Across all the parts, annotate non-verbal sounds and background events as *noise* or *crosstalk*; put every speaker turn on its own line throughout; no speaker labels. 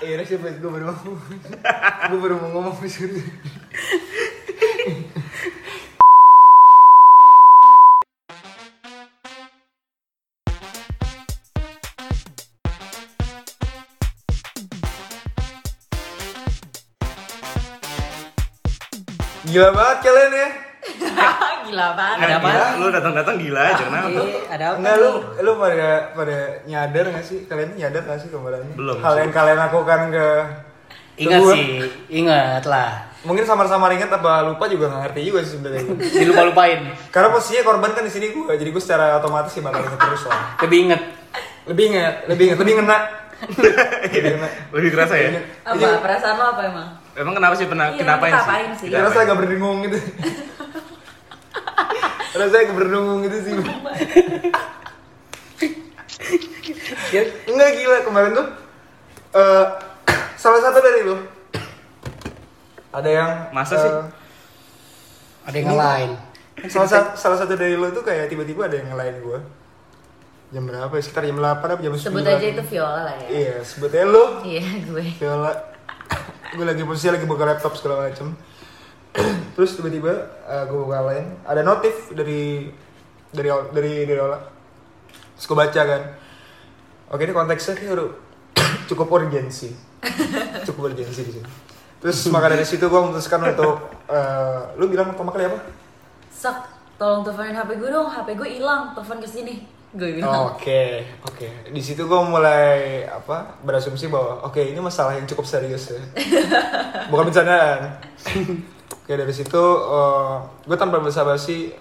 eh rasanya face gue baru mau *laughs* gue baru mau ngomong *laughs* disuruh Gila banget kalian ya.
*laughs* Gila banget.
Ada apa?
Gila, Lu datang-datang gila aja kenapa?
Iya, ada apa?
Enggak lu lu pada pada nyadar gak sih? Kalian nyadar gak sih kemarin?
Belum
Hal
sih.
yang kalian lakukan ke ke
Ingat
gua.
sih, ingat lah.
Mungkin samar-samar ingat apa lupa juga gak ngerti juga sih sebenarnya.
Dilupa-lupain,
Karena posisinya korban kan di sini gue, jadi gue secara otomatis sih bakal inget terus lah.
lebih inget.
Lebih inget, lebih inget, lebih ngena. lebih ngena.
Lebih kerasa ya?
Apa
Iya.
perasaan lo apa emang?
Emang kenapa sih pernah
Iya,
kenapa
kita
sih?
apain sih?
Kita
Karena saya
apain?
agak berdengung gitu. Rasanya agak berdengung gitu sih. Ya, Enggak gila kemarin tuh. eh salah satu dari lu. Ada yang
Masa
eh,
sih?
Ada yang lain.
Kan
salah, sa- salah satu dari lu tuh kayak tiba-tiba ada yang ngelain gue. Jam berapa? ya? Sekitar jam 8 apa jam 9?
Sebut aja itu Viola lah ya.
Iya, sebut aja lu.
Iya, gue.
Viola gue lagi posisi lagi buka laptop segala macem *clears throat* terus tiba-tiba eh, gue buka lain ada notif dari dari dari dari Ola terus gue baca kan oke ini konteksnya kayak udah *clears throat* cukup urgensi cukup urgensi di sini terus maka dari situ gue memutuskan untuk eh, lu bilang pertama kali apa
Sak, tolong teleponin HP gue dong. HP gue hilang. Telepon ke sini. Gue bilang.
oke oke di situ gue mulai apa berasumsi bahwa oke ini masalah yang cukup serius ya bukan bercandaan oke dari situ gue tanpa basa-basi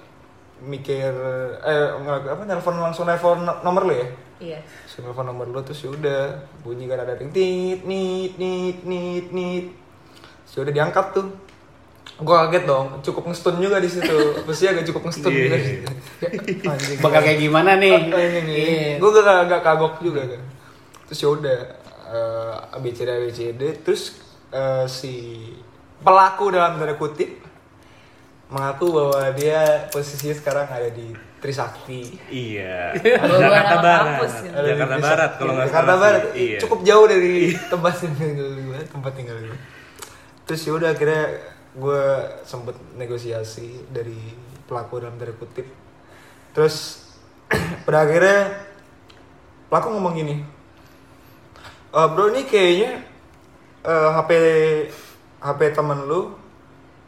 mikir eh ngelaku- apa nelfon langsung nelfon no- nomor lu ya
Iya.
langsung nelfon nomor lu terus yaudah bunyi kan ada ring tit nit nit nit nit sudah diangkat tuh gue kaget dong cukup ngestun juga di situ pasti agak cukup ngestun
Iya.
juga di
*laughs*
situ. Anjing.
Bakal kayak gimana nih?
Oh, *laughs* ini nih.
Iya.
Gue gak, gak kagok juga kan. Terus yaudah eh, ABCD ABCD terus eh, si pelaku dalam tanda kutip mengaku bahwa dia posisinya sekarang ada di Trisakti.
Iya.
Bawa-bawa
Jakarta
nama
Barat.
kampus gitu.
Ada di
Jakarta
Trisakti.
Barat kalau nggak
Iya. Jakarta
salah
Barat
sih. Iya.
cukup jauh dari *laughs* tempat tinggal gue, tempat tinggal gue. Terus yaudah akhirnya gue sempet negosiasi dari pelaku dalam tanda kutip. Terus *clears throat* pada akhirnya pelaku ngomong gini, "Eh, bro ini kayaknya eh, HP HP temen lu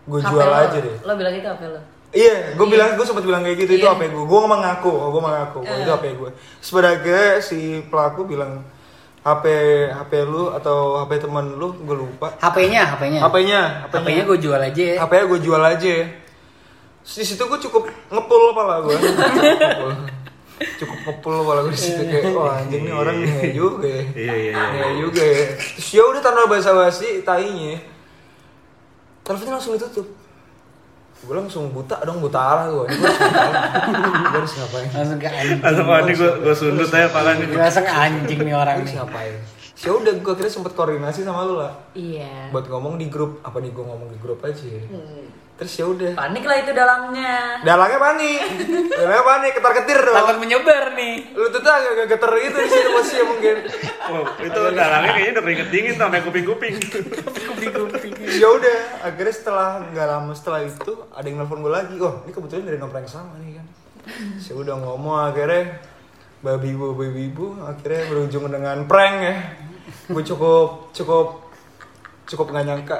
gue
HP
jual
lo.
aja deh.
Lo bilang itu HP lo.
Iya, gue bilang gue sempat bilang kayak gitu itu
Iya.
HP gue. Gue mengaku, gue mengaku kalau oh, itu ya HP gue. Sebenarnya si pelaku bilang HP HP lu atau HP teman lu gue lupa.
HP-nya, HP-nya.
HP-nya,
HP-nya gue jual aja ya.
HP-nya gue jual aja. Terus di situ gue cukup ngepul pala
*laughs*
gue. Ngepul. cukup ngepul pala gue di situ kayak wah anjing nih orang ngehe juga ya.
Iya, iya, iya.
Ngehe juga ya. Terus ya udah tanpa basa-basi tainya. Teleponnya langsung ditutup. Gue langsung buta dong, buta arah gue. Ini gue harus ngapain? Gue harus ngapain?
Langsung ke anjing.
Langsung wah, ini gue gue sundut aja pala nih.
Langsung ke anjing nih
Gue
orang
harus
nih.
ngapain? Terus Ya udah gue akhirnya sempet koordinasi sama lu lah.
Iya.
Buat ngomong di grup, apa nih gue ngomong di grup aja. Terus ya udah.
Panik lah itu dalamnya.
Dalangnya panik, dalangnya panik, ketar ketir
Takut
dong.
menyebar nih.
Lu tuh tuh agak geter gitu di situ posisinya mungkin.
Wow, itu dalangnya kayaknya udah keringet dingin tuh sampai kuping-kuping.
Ya udah, akhirnya setelah nggak lama setelah itu ada yang nelfon gue lagi. Oh, ini kebetulan dari nomor yang sama nih kan. Saya udah ngomong akhirnya babi bu babi bu akhirnya berujung dengan prank ya. Gue cukup cukup cukup nggak nyangka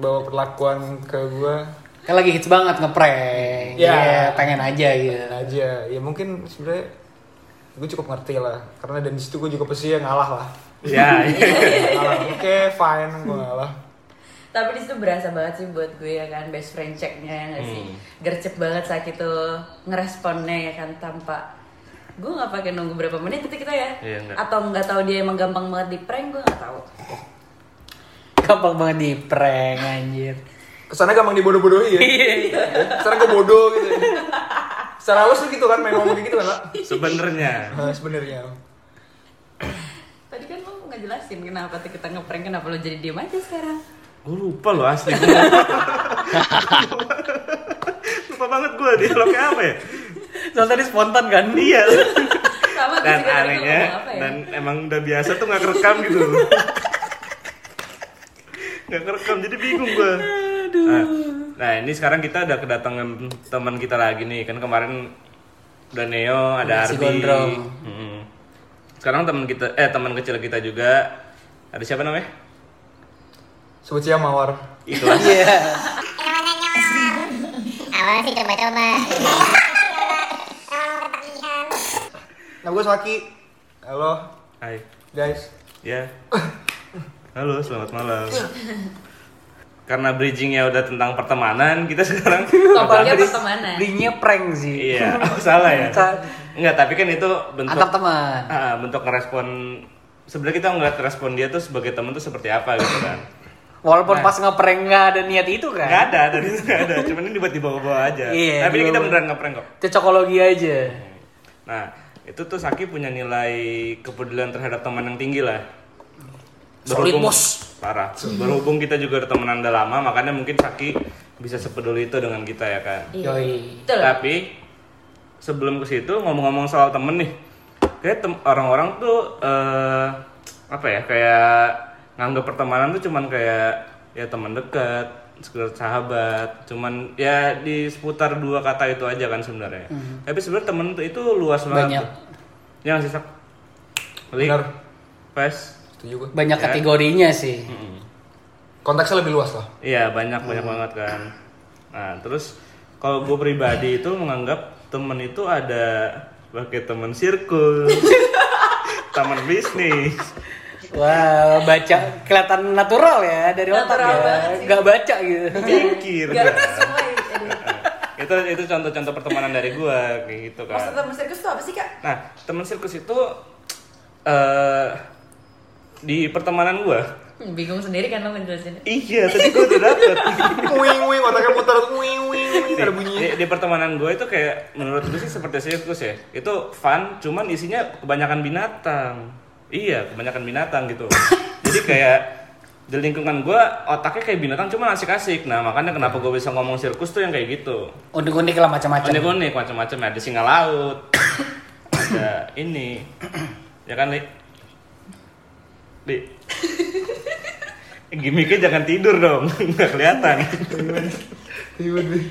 bahwa perlakuan ke gue
Kan lagi hits banget ngeprank.
Iya.
Iya, pengen aja gitu.
aja ya mungkin sebenarnya gue cukup ngerti lah karena dari situ gue juga pasti ya ngalah lah
Ya, iya.
Ngalah. oke fine gue ngalah
Tapi disitu berasa banget sih buat gue ya kan best friend checknya ya nggak sih. Gercep banget saat itu ngeresponnya ya kan tanpa gue nggak pakai nunggu berapa menit itu kita ya
Iya, nggak.
atau nggak tahu dia emang gampang banget di prank gue nggak tahu
Gampang banget di prank anjir.
kesana gampang dibodoh-bodohin ya kesana gue bodoh gitu secara halus tuh gitu kan main ngomong kayak gitu kan Pak?
Sebenarnya
Nah, sebenarnya
tadi kan lo nggak jelasin kenapa tuh kita ngeprank kenapa lo jadi diem aja sekarang
gue lupa loh asli. Gua
*laughs*
lupa. lupa banget gue dialognya apa ya?
Soalnya tadi spontan kan?
Iya.
sama aku
dan
juga tadi
anehnya
mau ngomong apa ya?
dan emang udah biasa tuh nggak kerekam gitu
*laughs*
nggak kerekam jadi bingung gue nah, nah, ini sekarang kita udah kedatangan teman kita lagi nih kan kemarin udah Neo ada
Si
Ardi
Gondrong.
Mm-mm. sekarang teman kita eh teman kecil kita juga ada siapa namanya
Sebut saja Mawar.
ikhlas
Iya.
awal sih coba-coba
Nah gue Saki. Halo
Hai
guys.
ya halo selamat
*laughs*
malam karena bridgingnya udah tentang pertemanan kita sekarang
*laughs* Topiknya pertemanan.
Linknya prank sih.
Iya,
*laughs*
oh, salah ya.
Sa-
Enggak, tapi kan itu bentuk
Antar teman.
Ah, bentuk ngerespon sebenarnya kita ngeliat respon dia tuh sebagai temen tuh seperti apa gitu kan.
Walaupun pas ngeprank nggak ada niat itu
Enggak
kan.
ada, dari itu nggak ada. Cuman ini buat dibawa-bawa aja.
Iya,
tapi ini kita
dibawa-bawa.
beneran ngeprank kok.
Cocokologi aja.
Nah, itu tuh Saki punya nilai kepedulian terhadap teman yang tinggi lah.
Solid, bos.
Parah. Berhubung kita juga udah temenan udah lama, makanya mungkin Saki bisa sepeduli itu dengan kita ya kan.
Yoi.
Betul.
Tapi sebelum ke situ ngomong-ngomong soal temen nih, kayak tem- orang-orang tuh eh, apa ya kayak nganggap pertemanan tuh cuman kayak ya teman dekat, sekedar sahabat, cuman ya di seputar dua kata itu aja kan sebenarnya. Tapi sebenarnya temen tuh itu luas banget.
Banyak.
Yang sih sak. Lik.
Benar.
Pes.
Setuju gue.
Banyak kategorinya sih.
Hmm. Konteksnya lebih luas lah.
Iya banyak banyak banget kan. Nah terus kalau gue pribadi itu menganggap temen itu ada sebagai temen sirkul, temen bisnis.
Wah, baca kelihatan natural ya dari otak
Natural
ya.
banget sih.
Nggak baca
*laughs*
gitu.
Pikir.
Gak semua ini. Aduh.
Nah, itu itu contoh-contoh pertemanan dari gue kayak gitu kan.
Maksud teman sirkus tuh apa sih kak?
Nah, teman sirkus itu eh di pertemanan gue.
Hmm, Bingung sendiri kan lo ngejelasinnya
Iya, tadi gue udah dapet.
Wing wing otaknya putar wing wing wing ada bunyinya.
Di, di pertemanan gue itu kayak menurut gue sih seperti sirkus ya. Itu fun, cuman isinya kebanyakan binatang. Iya, kebanyakan binatang gitu. Jadi kayak di lingkungan gue otaknya kayak binatang cuman asik-asik. Nah makanya kenapa gue bisa ngomong sirkus tuh yang kayak gitu.
Unik-unik lah macam-macam.
Unik-unik macam-macam ya. Ada singa laut, ada ini, ya kan Li? Li. Gimiknya jangan tidur dong, *laughs* nggak kelihatan.
Iya deh.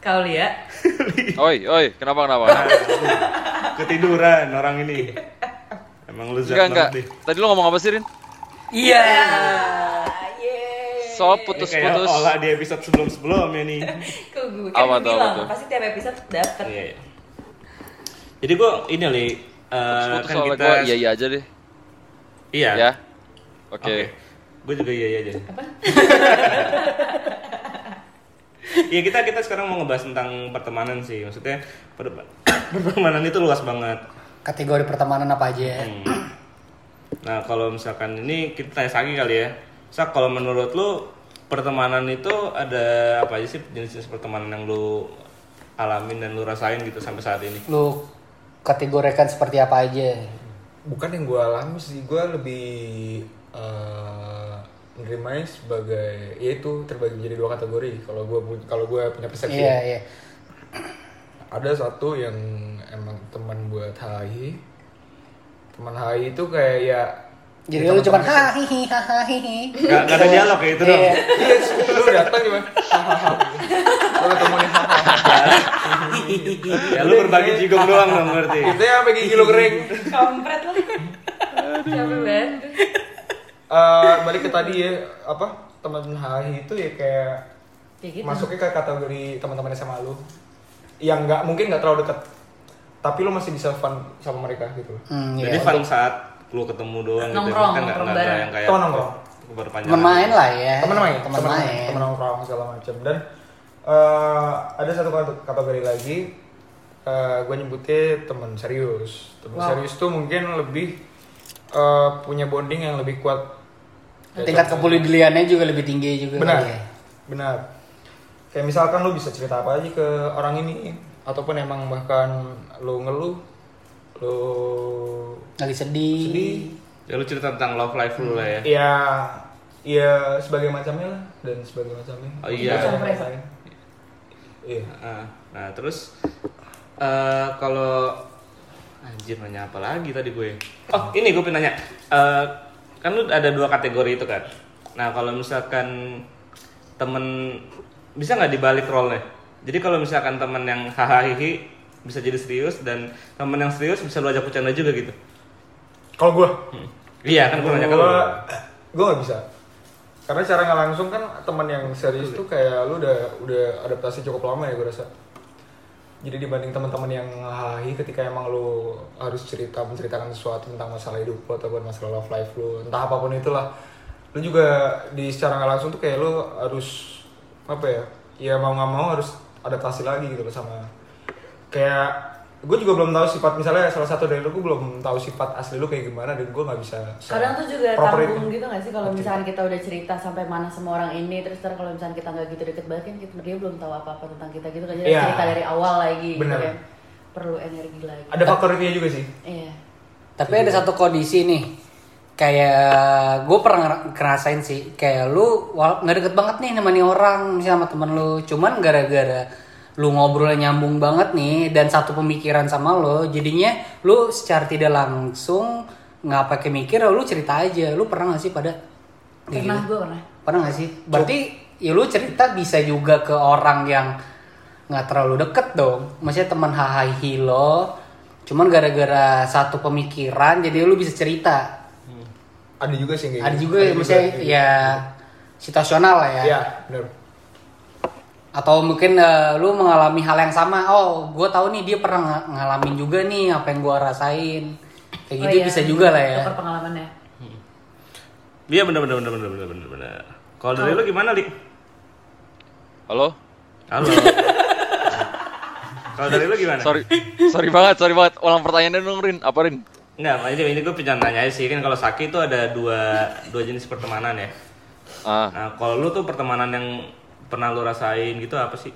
Kau lihat
*laughs* Oi, oi, kenapa kenapa?
Ketiduran orang ini. Emang lu
enggak
zat
enggak.
banget deh.
Tadi lu ngomong apa sih, Rin?
Iya.
Iya. Yeay
Ini Iya,
So
kayak
putus-putus.
olah di episode sebelum-sebelumnya
*laughs*
nih.
Kok gue
Apa
kan
tuh, apa
bilang
tuh?
Pasti tiap episode dapet
Iya. iya. Jadi gua ini Li, eh,
Putus-putus
kan
soalnya
kita
gua iya iya aja deh.
Iya.
Ya. Oke.
Oke. Gue juga iya iya aja.
Apa?
*laughs* Iya kita kita sekarang mau ngebahas tentang pertemanan sih. Maksudnya per- *coughs* pertemanan itu luas banget.
Kategori pertemanan apa aja?
Hmm. Nah, kalau misalkan ini kita tanya Sagi kali ya. Sak, kalau menurut lu pertemanan itu ada apa aja sih jenis-jenis pertemanan yang lu alamin dan lu rasain gitu sampai saat ini?
Lu kategorikan seperti apa aja?
Bukan yang gue alami sih, gue lebih eh, menerimanya sebagai yaitu terbagi menjadi dua kategori. Kalau gue kalau gue punya persepsi
Iya, iya.
ada satu yang emang teman buat HI teman HI itu kayak ya
Jadi
ya
lu cuma
teman-teman SMP.
ha hi hi ha ha hi hi.
Gak, gak ada dialog ya itu dong.
Iya.
Iya, lu datang gimana hahaha lu ketemu nih hahaha
Ya lu berbagi jigong doang dong ngerti.
Iya.
itu ya pakai kilo kering
Kampret lo Capek banget
Eh, balik ke tadi ya apa teman HI itu ya kayak
Kayak gitu
masuknya ke kategori teman-teman SMA lu yang nggak mungkin nggak terlalu dekat tapi lu masih bisa fun sama mereka gitu loh
Hmm,
Jadi
iya.
fun saat lu ketemu doang gitu.
Nongkrong,
Kan nggak-
nongkrong
nggak- nggak
bareng.
yang kayak
Teman nongkrong.
berpanjangan.
Temen main lah ya.
teman main
Temen main.
teman nongkrong segala macam dan eh, ada satu kate- kategori lagi gue nyebutnya teman serius teman serius tuh mungkin lebih eh, punya bonding yang lebih kuat Kayak
Tingkat
contoh-
kepeduliannya juga lebih tinggi juga.
benar
kali ya.
benar kayak misalkan lu bisa cerita apa aja ke orang ini ataupun emang bahkan lu ngeluh lu
Lagi sedih.
sedih
Ya lu cerita tentang love life lu lah ya.
ya ya sebagai macamnya lah dan sebagai macamnya
Oh iya.
Macam-macam lain. iya
Ah, Nah terus eh, kalau Anjir nanya apa lagi tadi gue? Oh ini gue pengen nanya. Eh, kan lu ada dua kategori itu kan. Nah kalau misalkan temen bisa nggak dibalik role nya? Jadi kalau misalkan temen yang hahaha hihi, bisa jadi serius dan temen yang serius bisa lu ajak bercanda juga gitu.
Kalau gue,
Hmm. Iya kan gue nanya kalau
gue gue eh, nggak bisa. Karena secara nggak langsung kan teman yang serius tuh kayak lu udah udah adaptasi cukup lama ya gue rasa. Jadi dibanding teman-teman yang hahi ketika emang lu harus cerita menceritakan sesuatu tentang masalah hidup lu ataupun masalah love life lu entah apapun itulah, lu juga di secara nggak langsung tuh kayak lu harus apa ya? Ya mau nggak mau harus adaptasi lagi gitu loh sama kayak gue juga belum tahu sifat misalnya salah satu dari lu gue belum tahu sifat asli lu kayak gimana dan gue nggak bisa se-
kadang tuh juga
proper
tanggung
itu.
gitu gak sih kalau misalkan kita udah cerita sampai mana semua orang ini terus ntar kalau misalkan kita nggak gitu deket banget kan kita, dia belum tahu apa apa tentang kita gitu kan jadi harus
Iya.
cerita dari awal lagi
Bener.
gitu kan perlu energi lagi
ada faktor itu juga sih
iya
Tapi ada satu kondisi nih. Kayak gue pernah ngera- ngerasain sih. Kayak lu wala- nggak deket banget nih nemani orang misalnya sama temen lu. Cuman gara-gara lu ngobrolnya nyambung banget nih dan satu pemikiran sama lo jadinya lu secara tidak langsung nggak pakai mikir lu cerita aja lu pernah nggak sih pada kayak
pernah
gitu?
gue pernah
pernah nggak sih berarti ya lu cerita bisa juga ke orang yang nggak terlalu deket dong maksudnya teman hahaha lo cuman gara-gara satu pemikiran jadi lu bisa cerita
ada juga sih yang kayak
ada
gitu.
juga maksudnya
ada juga.
ya situasional lah ya
Iya, bener
atau mungkin eh, lu mengalami hal yang sama oh gue tahu nih dia pernah nga- ngalamin juga nih apa yang gua rasain kayak
Oh
gitu
iya,
bisa juga lah ya
tukar pengalamannya
Iya bener bener bener bener bener bener bener. Kalau dari lu gimana li?
Halo?
Halo. kalau dari lu gimana?
Sorry. Sorry banget, sorry banget. Ulang pertanyaannya dong, Rin. Apa, Rin?
Nggak, ini, ini gue pengen nanya aja sih kan kalau Saki itu ada dua dua jenis pertemanan ya.
Ah,
Nah, kalau lu tuh pertemanan yang pernah lu rasain gitu apa sih?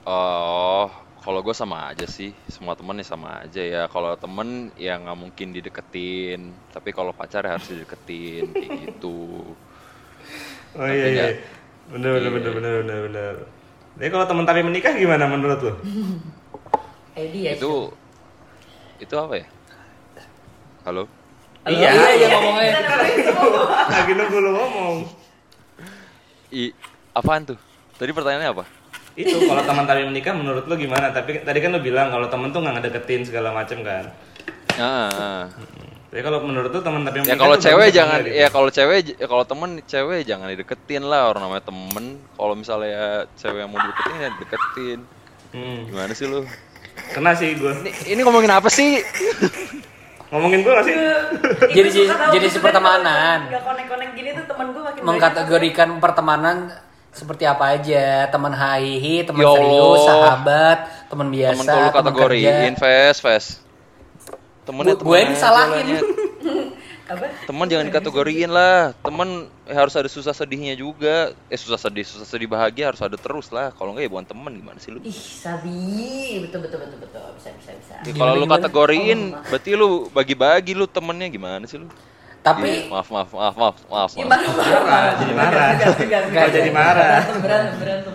oh, kalau gue sama aja sih. Semua temen ya sama aja ya. Kalau temen ya nggak mungkin dideketin. Tapi kalau pacar ya harus dideketin, kayak gitu.
Oh iya iya. Bener bener bener bener bener bener. Jadi kalau teman tapi menikah gimana menurut *laughs* lu?
Edi
Iya,
ya
Itu, itu apa ya? Halo?
iya,
iya, iya, ngomongnya.
Kita dengerin semua.
Lagi nunggu lu ngomong.
I, apaan tuh? Tadi pertanyaannya apa?
Itu kalau teman tapi menikah menurut lu gimana? Tapi tadi kan lu bilang kalau temen tuh nggak ngedeketin segala macem kan.
Ah, ah.
Jadi kalau menurut lu teman tapi
ya
menikah
kalau
tuh
cewek
bagus apa
jangan
enggak gitu?
ya kalau cewek ya kalau temen cewek jangan dideketin lah orang namanya temen kalau misalnya cewek yang mau dideketin ya deketin
Hmm.
gimana sih lu
Kena sih gue.
ini, ini ngomongin apa sih
Ngomongin gue gak
*laughs*
sih?
Iya.
Itu
Jadi-
suka tau
jadi
gitu kan,
pertemanan.
kalau nggak konek-konek gini tuh temen gue makin
mengkategorikan pertemanan seperti apa aja teman hahihi teman
Ya Allah.
serius sahabat teman biasa
temen kalau lu
teman
kategoriin
kerja.
fest fest temennya
Gua- gua yang
temen aja
disalahin.
*laughs* lah, Nyet.
apa
temen jangan dikategoriin lah temen eh, harus ada susah sedihnya juga eh susah sedih susah sedih bahagia harus ada terus lah kalau enggak ya bukan temen gimana sih lu
*laughs* ih sabi betul betul betul betul bisa bisa bisa
Ya, kalau lu kategoriin berarti lu bagi-bagi lu temennya gimana sih lu
tapi
Iya, maaf maaf maaf maaf maaf, maaf.
Gimana?
Marah, jadi marah. Kau jadi marah.
Berantem, berantem.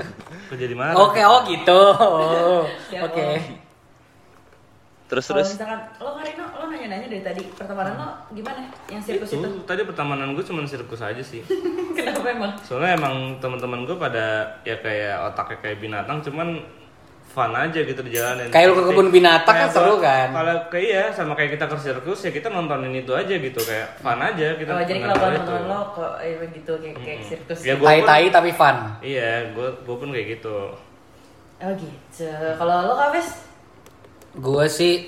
Kau jadi marah.
oke oh
*laughs*
gitu Oh,
Ya
oke
Allah.
Terus
Kalau
terus.
misalkan lo Karino, lo nanya-nanya dari tadi pertemanan lo gimana? ya? Yang sirkus
Itu,
itu? *laughs*
tadi pertemanan gue cuman sirkus aja sih.
Kenapa emang?
Soalnya emang teman-teman gue pada ya kayak otaknya kayak binatang cuman fun aja gitu di jalan.
Kayak lu ke kebun binatang kan seru kan?
Kalau kayak iya sama kayak kita ke sirkus ya kita nontonin itu aja gitu kayak fun aja kita.
Oh, jadi
nontonin
kalau
itu.
teman-teman lo kok eh, begitu kayak kayak sirkus?
Ya gue
tai
pun,
tai tapi fun
iya gue gue pun kayak gitu.
Oh gitu. Kalau lo kafes?
gue sih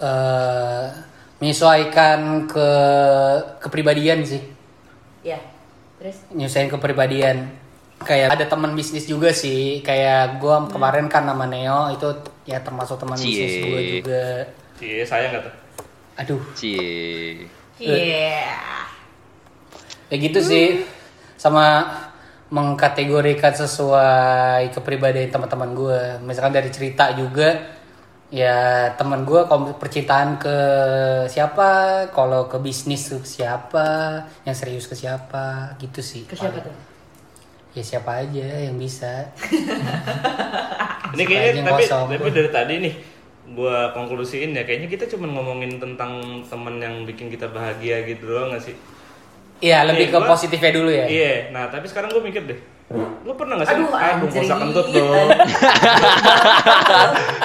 eh menyesuaikan ke kepribadian sih
Ya. Terus?
nyusahin kepribadian kayak ada teman bisnis juga sih kayak gue
Hmm.
kemarin kan nama Neo itu ya termasuk teman
Cie.
bisnis gue juga
Cie Iya, sayang gak tuh?
aduh
Cie.
Iya.
Ya gitu sih. Sama mengkategorikan sesuai kepribadian teman-teman gue. Misalkan dari cerita juga ya teman gue kalau percintaan ke siapa, kalau ke bisnis ke siapa, yang serius ke siapa, gitu sih.
Ke siapa tuh?
Ya siapa aja yang bisa.
Ini kayaknya
Ah, Anjing
tapi
kosong.
tapi dari tadi nih gua konklusiin ya kayaknya kita cuma ngomongin tentang temen yang bikin kita bahagia gitu doang gak sih?
Iya,
Iya,
lebih ke
gua-
positifnya dulu ya.
Iya, nah tapi sekarang gue mikir deh. Lu pernah gak sih? Ah,
Aduh,
Eh, Aduh,
anjing.
bosa kentut
Iya,
*laughs*
dong.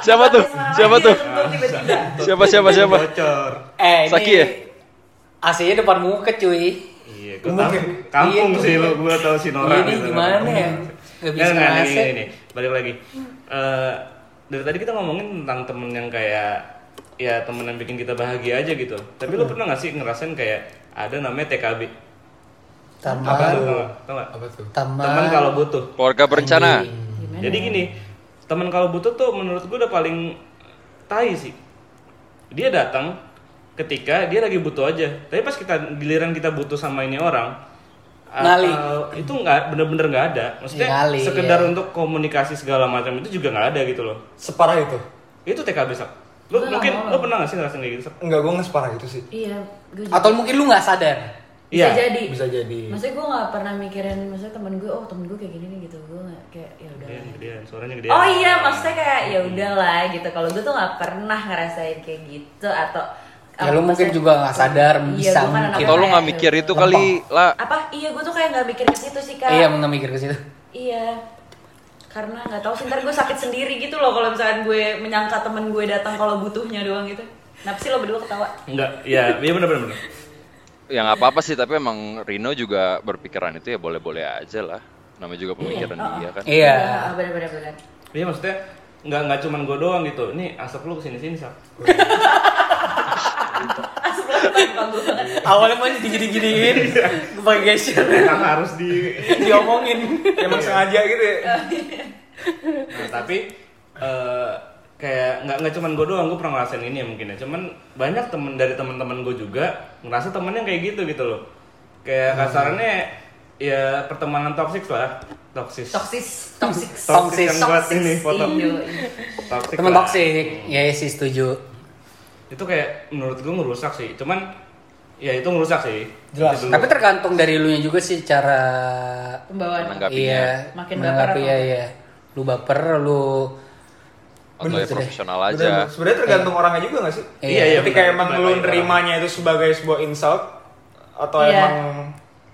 Siapa tuh? Siapa tuh?
Tiba-tiba.
Siapa siapa siapa?
Bocor.
Eh, ini
Saki ya?
AC-nya depan muka cuy.
Iya, gua
Umum
tahu.
ya?
kampung
Iya,
sih
iya.
lu, gua tahu si Nora.
Ini
gitu.
gimana
Kampung.
ya? Nggak bisa
Nggak, nggak,
ngasih.
ini, ini, ini. Balik lagi. Eh, dari tadi kita ngomongin tentang temen yang kayak ya temen yang bikin kita bahagia aja gitu. Tapi lu pernah gak sih ngerasain kayak ada namanya TKB? Apa lu tau
Teman,
nggak? Tau nggak?
apa tuh
teman.
Teman kalau butuh.
Keluarga berencana.
Jadi gini, teman kalau butuh tuh menurut gue udah paling tai sih. Dia datang ketika dia lagi butuh aja. Tapi pas kita giliran kita butuh sama ini orang,
Ngali.
atau- itu nggak bener-bener nggak ada. Maksudnya
Ya,
Ngali,
sekedar
iya.
untuk komunikasi segala macam itu juga nggak ada gitu loh.
separah itu
Itu TKB sak. Lu mungkin lu pernah nggak sih ngerasain kayak gitu? Sak?
enggak gue nggak separah itu sih
Iya, gue juga.
Atau mungkin lu nggak sadar.
Bisa
Iya.
jadi.
bisa *laughs* jadi
Maksudnya gue gak pernah mikirin, maksudnya temen gue, oh temen gue kayak gini nih gitu, gue gak kayak ya udah.
Gedean, gedean, suaranya gedean.
Oh iya, maksudnya kayak ya udahlah gitu. Kalau gue tuh gak pernah ngerasain kayak gitu atau.
Ya,
apa,
lu mungkin
maksudnya-
juga nggak sadar,
Iya,
bisa
gua kan
mungkin.
anaknya
Atau lu
kayak
nggak mikir itu
Gampang.
kali lah.
Apa? Iya, gue tuh kayak nggak mikir ke situ sih kak.
Iya, nggak mikir ke situ.
Iya. Karena nggak tahu sih, ntar gue sakit sendiri gitu loh kalau misalkan gue menyangka temen gue datang kalau butuhnya doang gitu. Kenapa sih lo berdua ketawa?
Enggak, iya, iya benar-benar.
Ya nggak apa-apa sih, tapi emang Rino juga berpikiran itu ya boleh-boleh aja lah. Namanya juga pemikiran dia kan.
Iya.
benar-benar *laughs* benar.
Iya maksudnya nggak nggak cuman gue doang gitu. Ini asap lu kesini sini sak.
Asap lo bangga gue banget.
Awalnya mau digini-giniin, pakai gesture,
Emang harus di
diomongin.
emang
Iya.
sengaja gitu ya
Nah, tapi eh, kayak nggak nggak cuman gue doang gue pernah ngerasain ini ya mungkin ya cuman banyak temen dari teman-teman gue juga ngerasa temennya kayak gitu gitu loh kayak kasarannya ya pertemanan toksik lah toksis
Toksis, toksis.
Toksis.
yang buat ini foto
Iya,
toksik
Teman
lah.
toksik. Ya sih setuju.
itu kayak menurut gue ngerusak sih cuman ya itu ngerusak sih
Jelas.
Itu dulu.
Tapi tergantung dari lu nya juga sih cara
Pembawaan.
Menanggapinya.
iya,
Makin
menanggapi
baper
ya,
atau-
ya. Lu baper, lu
Atau ya profesional aja.
Bener, sebenarnya tergantung orangnya juga gak sih
Iya,
iya,
ketika
bener.
emang
Tergantung
lu
orang.
nerimanya itu sebagai sebuah insult atau
Iya.
emang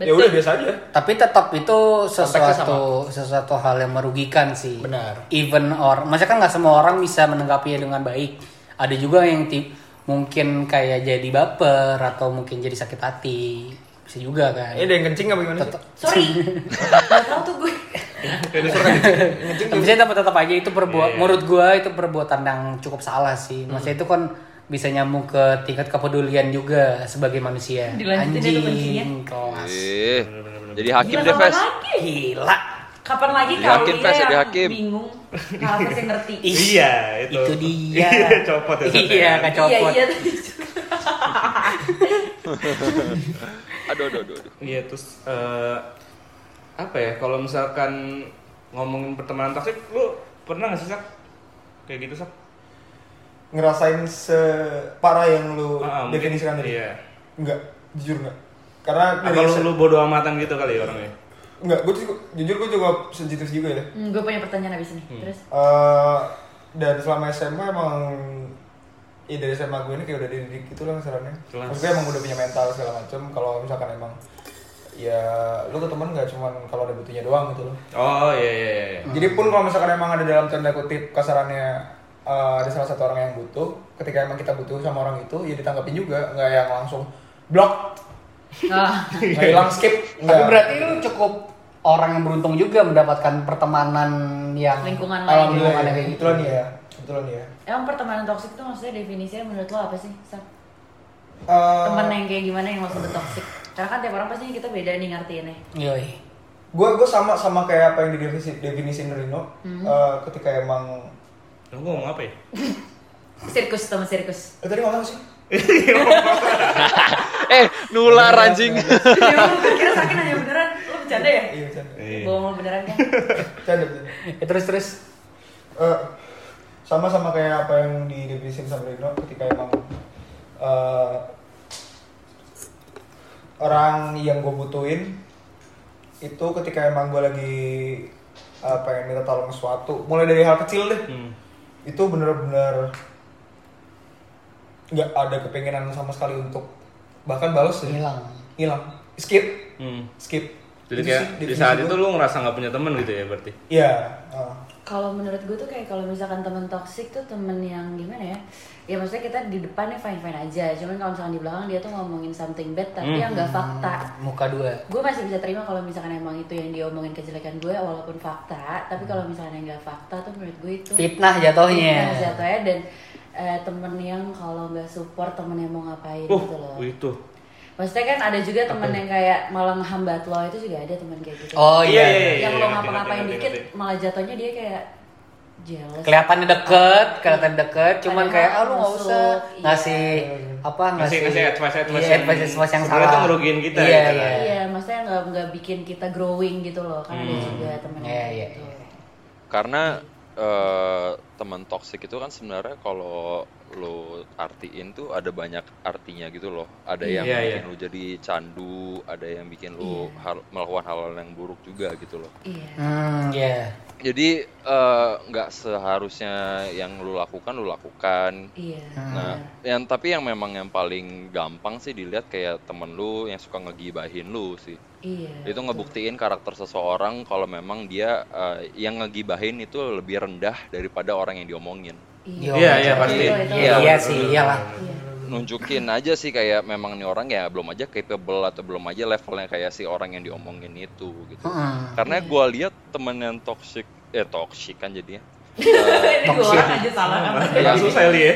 ya
Betul.
udah biasa aja
tapi tetap itu sesuatu sesuatu hal yang merugikan sih.
Benar.
Even or, maksudnya kan nggak semua orang bisa menanggapinya dengan baik. Ada juga yang ti- mungkin kayak jadi baper atau mungkin jadi sakit hati. Bisa juga kan.
ini ada yang kencing apa gimana sih?
*laughs*
Sorry. Gak tau tuh gue.
Tapi saya tetap tetap aja itu perbuat menurut gua itu perbuatan yang cukup salah sih. Maksudnya itu kan bisa nyambung ke tingkat kepedulian juga sebagai manusia.
Dilanjutin itu kuncinya.
Anjing kelas.
Ih, jadi hakim
Gila,
deh,
kapan
Fes.
lagi?
Gila.
Kapan lagi
Jadi
kalau
hakim,
dia
Fes, jadi
yang
hakim.
*laughs* bingung? Kalau Fes yang ngerti.
iya itu
Itu dia.
*laughs* Iya, copot ya
Iya,
katanya.
kacau.
Iya, iya. tadi.
Aduh, aduh, aduh. aduh.
Iya terus eh, apa ya kalau misalkan ngomongin pertemanan toksik lu pernah nggak sih sak kayak gitu sak?
ngerasain separah yang lu
Ah, ah, mungkin.
definisikan tadi
Iya.
enggak jujur enggak karena
Apa lu, lu bodo amatan gitu kali ya orangnya?
enggak gue jujur gue juga sensitif juga ya
*laughs* Hmm, gue punya pertanyaan abis ini. Terus.
Eh, dan selama SMA emang ya dari SMA gue ini kayak udah dididik gitu lah masalahnya
Jelas.
maksudnya emang udah punya mental segala macam kalau misalkan emang ya lu ke temen nggak cuman kalau ada butuhnya doang gitu loh
Oh iya iya iya.
Hmm.
iya.
jadi pun kalau misalkan emang ada dalam tanda kutip kasarannya eh, ada salah satu orang yang butuh ketika emang kita butuh sama orang itu ya ditanggapin juga nggak yang langsung blok
Ah.
nggak hilang skip
Tapi
nggak.
berarti lu cukup orang yang beruntung juga mendapatkan pertemanan yang
Lingkungan lain.
alhamdulillah ya.
lingkungan yang kayak gitu.
kebetulan ya kebetulan ya
Emang pertemanan toksik tuh maksudnya definisinya menurut lo apa sih? Sab?
Eh,
Temen yang kayak gimana yang maksudnya toksik? Karena kan tiap orang pasti kita beda nih ngertiinnya.
Yoi.
gue gue sama sama kayak apa yang didefinisi definisi Rino Eh, ketika emang
Lu gua ngomong apa ya?
Sirkus teman *laughs* sirkus.
eh, tadi ngomong apa sih
Eh, nular anjing.
Ya lo kira sakit aja beneran. Lo bercanda ya?
iya bercanda
Iya.
Bohong lo beneran kan?
bercanda bercanda.
Ya, terus terus
Eh, sama sama kayak apa yang didefinisi sama Rino ketika emang eh, orang yang gue butuhin itu ketika emang gue lagi eh, apa pengen minta tolong sesuatu mulai dari hal kecil deh
Hmm.
itu bener-bener nggak ada kepengenan sama sekali untuk bahkan balas ya.
hilang
hilang skip
Hmm.
skip
Jadi
Itu
kayak
sih
di
definisi
saat itu
gua.
lu ngerasa nggak punya temen gitu ya berarti.
Iya, ah.
Kalau menurut gue tuh kayak kalau misalkan temen toksik tuh temen yang gimana ya? Ya maksudnya kita di depannya fine fine aja, cuman kalau misalkan di belakang dia tuh ngomongin something bad tapi yang nggak fakta.
muka dua
Gue masih bisa terima kalau misalkan emang itu yang dia omongin kejelekan gue walaupun fakta, tapi kalau misalkan yang nggak fakta tuh menurut gue itu
fitnah
fitnah
jatuhnya
jatuhnya dan eh, temen yang kalau nggak support temen yang mau ngapain
Uh,
gitu loh.
itu.
Maksudnya kan ada juga temen yang kayak malah ngehambat lo itu juga ada temen kayak gitu.
oh iya
yang lo
ngerti,
ngapa-ngapain
ngerti,
dikit
ngerti.
malah jatuhnya dia kayak jealous.
kelihatannya deket kelihatan deket cuman
Ah. Padahal
kayak ah lu nggak
musuh,
usah
iya.
ngasih apa ngasih
Ngasih- ngasih advice- advice
iya,
yang
advice, advice yang
sebenarnya
salah
tuh ngerugiin kita
iya
gitu
iya
kan.
Iya, maksudnya nggak nggak bikin kita growing gitu loh, kan ada juga temen yang
Iya,
kayak
iya,
gitu.
Karena eh, teman toksik itu kan sebenarnya kalau lo artiin tuh ada banyak artinya gitu loh. Ada yang
Iya,
bikin
iya.
lo jadi candu, ada yang bikin lo hal- melakukan hal-hal yang buruk juga gitu loh.
Iya.
hmm iya
Jadi eh, nggak seharusnya yang lo lakukan lo lakukan.
Iya.
Nah, yang tapi yang memang yang paling gampang sih dilihat kayak temen lu yang suka ngegibahin lu sih.
Iya.
itu ngebuktiin karakter seseorang kalau memang dia eh, yang ngegibahin itu lebih rendah daripada orang yang diomongin.
Iya.
Iya, iya,
iya,
pasti.
Itu, itu.
iya, iya sih
*laughs*
iyalah
Iya.
Nunjukin aja sih kayak memang nih orang ya belum aja capable atau belum aja levelnya kayak si orang yang diomongin itu gitu.
Hmm.
Karena gua lihat temen yang toxic eh toxic kan jadinya.
*laughs* Ini dua orang aja salah kan.
Iya.
Langsung saya lihat.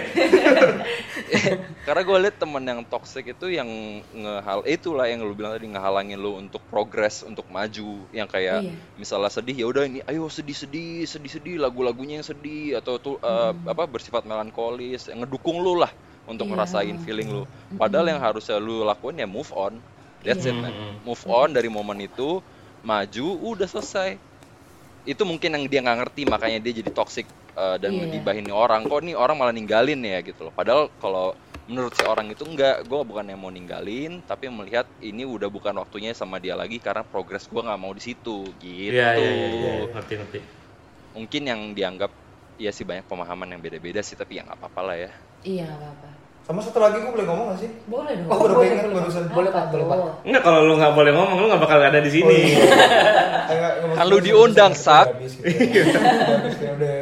Karena gua lihat temen yang toxic itu yang ngehal itulah yang lu bilang tadi ngehalangin lu untuk progres, untuk maju, yang kayak
Iya.
misalnya sedih ya udah ini ayo sedih-sedih, sedih-sedih lagu-lagunya yang sedih atau tuh eh, apa bersifat melankolis, yang ngedukung lu lah untuk
Hmm. Iya. Hmm.
ngerasain feeling lu. Padahal yang harusnya lu lakuin ya move on. That's
Iya.
it, man. Move on dari momen itu, maju, udah selesai. Itu mungkin yang dia nggak ngerti makanya dia jadi toxic eh, dan
Iya.
ngedibahin orang. Kok nih orang malah ninggalin ya gitu loh. Padahal kalau menurut si orang itu enggak, gue bukan yang mau ninggalin, tapi melihat ini udah bukan waktunya sama dia lagi karena progres gue nggak mau di situ gitu.
Iya, iya, iya, iya, ngerti, ngerti.
Mungkin yang dianggap ya sih banyak pemahaman yang beda-beda sih, tapi ya nggak apa-apa lah ya.
Iya, nggak apa-apa.
sama satu lagi gue boleh ngomong gak sih?
Boleh dong.
Oh, baru
boleh, Iya,
keinget, barusan.
Apa
Boleh, Pak, boleh, Pak.
tuh?
Enggak kalau lu nggak boleh ngomong lu nggak bakal ada di sini.
Oh, iya.
Kan lu diundang, Sat.
gitu ya. Udah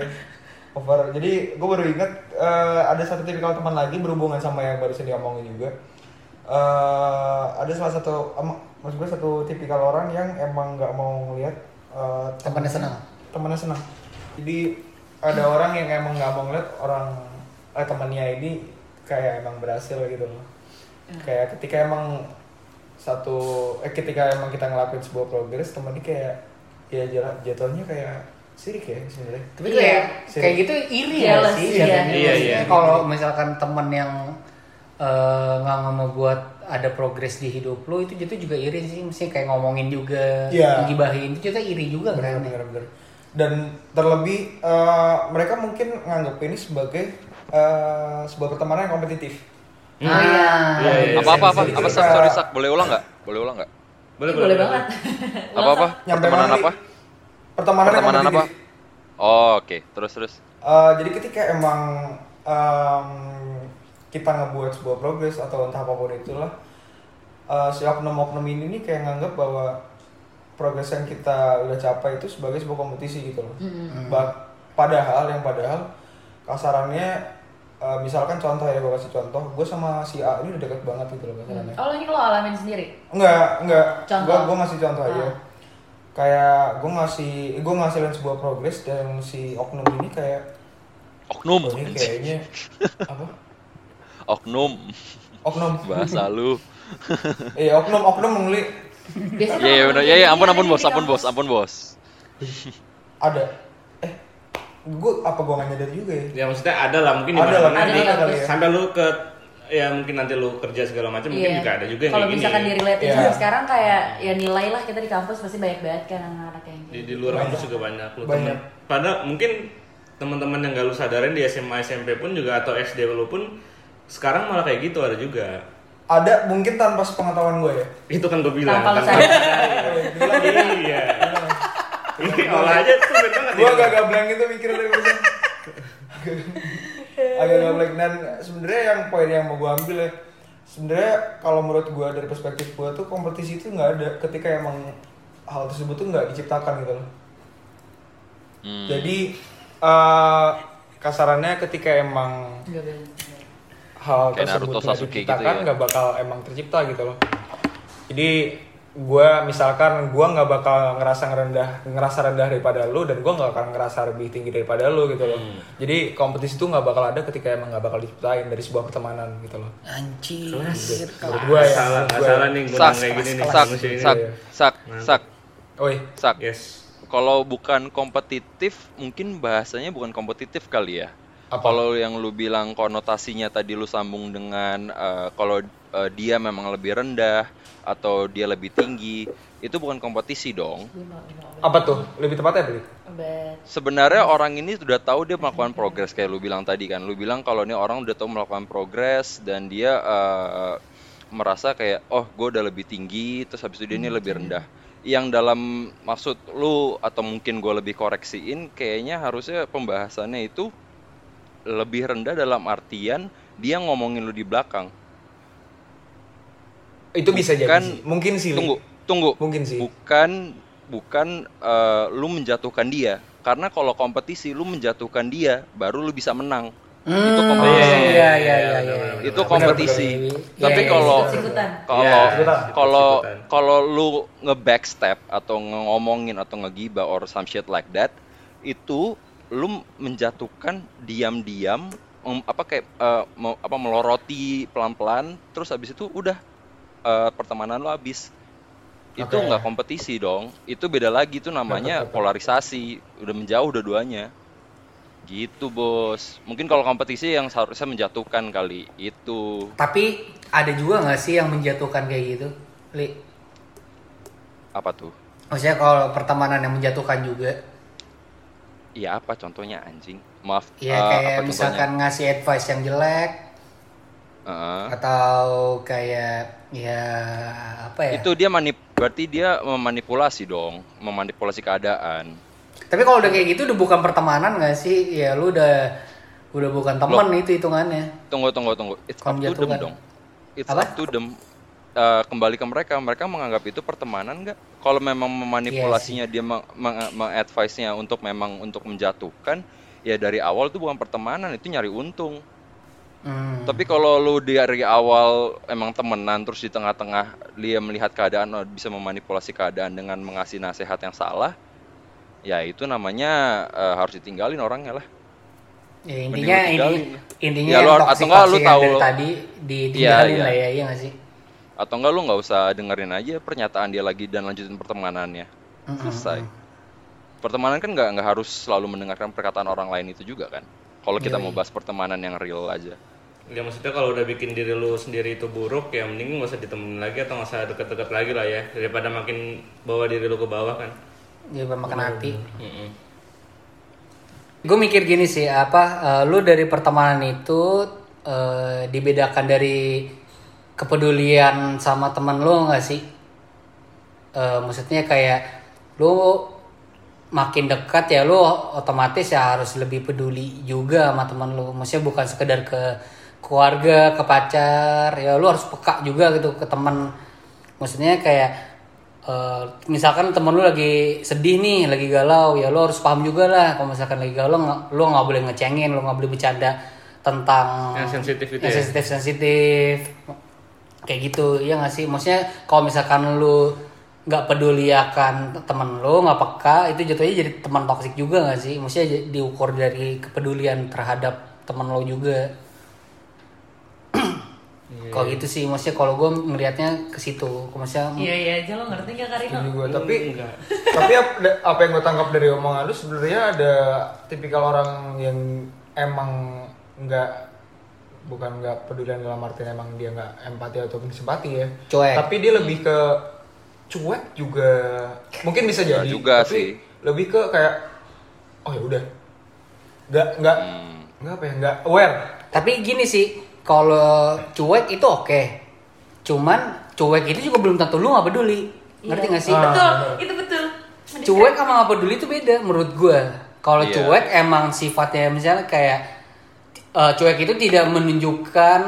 over. Jadi gue baru inget eh, ada satu tipikal teman lagi berhubungan sama yang barusan diomongin juga. Eh, ada salah satu, em- maksud gue satu tipikal orang yang emang nggak mau ngelihat eh,
Temennya senang.
Temennya senang. Jadi ada orang yang emang nggak mau ngeliat orang eh, temannya ini kayak emang berhasil gitu loh. Kayak ketika emang satu eh ketika emang kita ngelakuin sebuah progress temennya kayak ya jala- jatuhnya kayak sirik ya sebenarnya
Tapi
Iya.
kayak kayak gitu iri ya
Jealous,
sih.
iya.
jatuhnya.
Iya,
Maksudnya
iya.
Kalau misalkan temen yang eh, nggak nggak membuat ada progres di hidup lu itu itu juga iri sih mesti kayak ngomongin juga
Iya.
gibahin itu juga iri juga
benar
kan
benar benar dan terlebih eh, mereka mungkin nganggap ini sebagai eh, sebuah pertemanan yang kompetitif
nah
Iya, iya.
Apa apa apa
Jadi
apa
kita-
sak sorry sak boleh ulang nggak? Boleh ulang nggak?
Boleh, boleh banget.
Apa apa?
Nyampe
Pertemanan
mana, Li?
apa?
pertemanan,
Pertemanan
yang
apa?
kompetitif
Oh, oke. Terus terus.
Eh, jadi ketika emang em, kita ngebuat sebuah progres atau entah apapun itulah eh si oknum-oknum ini nih kayak nganggap bahwa progres yang kita udah capai itu sebagai sebuah kompetisi gitu loh. Ba- padahal yang padahal kasarannya eh, misalkan contoh ya gue kasih contoh gue sama si A ini udah deket banget gitu loh kasarannya.
Oh, ini lo alamin sendiri.
Enggak, enggak.
Contoh.
Gua gua ngasih contoh aja. Kayak gue ngasih gue ngasilin sebuah progres dan si oknum ini kayak
Oknum.
Oh, ini kayaknya apa?
Oknum.
Oknum.
Bahasa lu.
Iya, oknum, oknum mengli
Biasanya
Iya iya
orang
benar.
kayak
Iya iya
gini kan
ampun
ada
ampun
di
bos, ampun
kampus.
bos, ampun bos.
ada. Eh, gue apa gue nggak nyadar juga ya?
Ya maksudnya ada lah mungkin di
Ada lah,
mana-mana
ada
nih.
lah, kali
ya.
Sampai lu ke ya mungkin nanti lu kerja segala macam mungkin
Iya.
juga ada juga yang
Kalau
kayak gini. ya.
misalkan di-relate
Iya.
sama sekarang kayak ya nilai lah kita di kampus pasti banyak banget kan anak-anak yang
Di, di luar kampus juga banyak lu
Banyak.
temen. Padahal mungkin teman-teman yang gak lu sadarin di SMA SMP pun juga atau SD lu pun sekarang malah kayak gitu ada juga.
Ada mungkin tanpa sepengetahuan gue ya.
Itu kan gue bilang.
Tanpa lu
tanpa- Iya. Ini olah aja tuh banget
Gue
ya.
agak gablang gitu mikir dari barusan. agak agak black dan sebenarnya yang poin yang mau gue ambil ya sebenarnya kalau menurut gue dari perspektif gue tuh kompetisi itu nggak ada ketika emang hal tersebut tuh nggak diciptakan gitu loh
Hmm.
jadi eh, kasarannya ketika emang
gitu. Nggak beres.
hal
Kayak
tersebut
Naruto,
nggak
Sasuke gitu
diciptakan
ya.
nggak bakal emang tercipta gitu loh jadi gua misalkan gua nggak bakal ngerasa rendah ngerasa rendah daripada lu dan gua nggak akan ngerasa lebih tinggi daripada lu gitu loh
Hmm.
jadi kompetisi itu nggak bakal ada ketika emang nggak bakal diciptain dari sebuah pertemanan gitu loh
Anjir.
menurut gua ya
salah
menurut
nggak
gua
salah
ya.
nih gue
sak
kayak gini nih
sak
manusia ini. ya. Nah.
sak sak sak
Oi,
sak
yes
kalau bukan kompetitif mungkin bahasanya bukan kompetitif kali ya
Apa?
kalau yang lu bilang konotasinya tadi lu sambung dengan eh, kalau eh, dia memang lebih rendah atau dia lebih tinggi itu bukan kompetisi dong
Gue mau minum obat.
apa tuh lebih tepatnya beli
Obat.
sebenarnya orang ini sudah tahu dia melakukan progres kayak lu bilang tadi kan lu bilang kalau ini orang udah tahu melakukan progres dan dia eh, merasa kayak oh gue udah lebih tinggi terus habis itu dia ini lebih rendah yang dalam maksud lu atau mungkin gue lebih koreksiin kayaknya harusnya pembahasannya itu lebih rendah dalam artian dia ngomongin lu di belakang
itu bisa jadi
Bukan-
sih. mungkin sih Li.
Kan tunggu tunggu
mungkin sih
bukan bukan eh, lu menjatuhkan dia karena kalau kompetisi lu menjatuhkan dia baru lu bisa menang itu kompetisi
Iya iya iya iya.
itu kompetisi
benar.
tapi
Iya, iya,
kalau
Ikut-ikutan.
kalau
Iya,
kalau
ikut-ikutan.
kalau lu nge backstep atau ngomongin atau ngegiba or some shit like that itu lu menjatuhkan diam-diam mem- apa kayak eh, me- apa meloroti pelan-pelan terus habis itu udah eh, pertemanan lu habis itu
Oke.
nggak kompetisi dong itu beda lagi itu
Betul,
namanya
betul.
polarisasi udah menjauh dua-duanya gitu bos mungkin kalau kompetisi yang seharusnya menjatuhkan kali itu
iya. Tapi ada juga nggak sih yang menjatuhkan kayak gitu, Li?
apa tuh
Maksudnya kalau pertemanan yang menjatuhkan juga,
Iya apa contohnya anjing? Maaf.
ya
eh,
kayak
apa
misalkan ngasih advice yang jelek
contohnya?
atau kayak ya apa
Eh,
ya?
itu dia manip berarti dia memanipulasi dong, memanipulasi keadaan.
Tapi kalau udah kayak gitu udah bukan pertemanan nggak sih? Ya lu udah udah bukan teman itu hitungannya.
Tunggu tunggu tunggu. It's
Kamu
up to them
jatuhkan.
dong. It's
Apa?
up to them. Eh, kembali ke mereka, mereka menganggap itu pertemanan nggak? Kalau memang
Iya
memanipulasinya dia meng- meng- mengadvise-nya untuk memang untuk menjatuhkan, ya dari awal itu bukan pertemanan, itu nyari untung.
Hmm.
Tapi kalau lu dari awal emang temenan terus di tengah-tengah dia melihat keadaan oh, bisa memanipulasi keadaan dengan mengasih nasihat yang salah, ya itu namanya eh, harus ditinggalin orangnya lah.
Ya, intinya ini
ditinggalin.
intinya
Ya,
yang
lu- atau
toxic-
nggak lu
toxic yang
tahu
dari
lu-
tadi ditinggalin
Iya,
lah
iya.
ya, iya nggak sih?
Atau enggak lu nggak usah dengerin aja pernyataan dia lagi dan lanjutin pertemanannya. Selesai. Pertemanan kan nggak nggak harus selalu mendengarkan perkataan orang lain itu juga kan. Kalau kita mau bahas pertemanan yang real aja.
Ya maksudnya kalau udah bikin diri lu sendiri itu buruk ya mending nggak usah ditemenin lagi atau nggak usah deket-deket lagi lah ya daripada makin bawa diri lu ke bawah kan.
Jadi makan hati. Gue mikir gini sih, apa eh, lu dari pertemanan itu eh, dibedakan dari kepedulian sama teman lu nggak sih? Eh, maksudnya kayak lu makin dekat ya lu otomatis ya harus lebih peduli juga sama teman lu. Maksudnya bukan sekedar ke keluarga, ke pacar, ya lu harus peka juga gitu ke teman. Maksudnya kayak eh, misalkan temen lu lagi sedih nih, lagi galau, ya lu harus paham juga lah. Kalau misalkan lagi galau, nggak- lu nggak boleh ngecengin, lu nggak boleh bercanda tentang
Yang sensitif itu
yang
ya?
sensitif sensitif kayak gitu ya nggak sih maksudnya kalau misalkan lu nggak peduli akan temen lu nggak peka itu jatuhnya jadi teman toksik juga nggak sih maksudnya j- diukur dari kepedulian terhadap temen lu juga
Iya,
kalau gitu sih maksudnya kalau gue ngelihatnya ke situ maksudnya
Iya iya aja lo ngerti gak Karino?
Setuju gua, tapi *laughs* tapi ap- da- apa yang gue tangkap dari omongan lu sebenarnya ada tipikal orang yang emang nggak bukan nggak pedulian dalam artian emang dia nggak empati ataupun simpati ya
Cuek.
tapi dia lebih ke cuek juga mungkin bisa jadi
juga
tapi
sih.
lebih ke kayak oh ya udah nggak nggak
Hmm.
nggak apa ya nggak aware
Tapi gini sih, kalau cuek itu oke. Cuman cuek itu juga belum tentu lu gak peduli. Ngerti
Iya.
gak sih?
Betul, itu betul.
Cuek sama gak peduli itu beda menurut gua. Kalau
Iya.
cuek emang sifatnya misalnya kayak eh, cuek itu tidak menunjukkan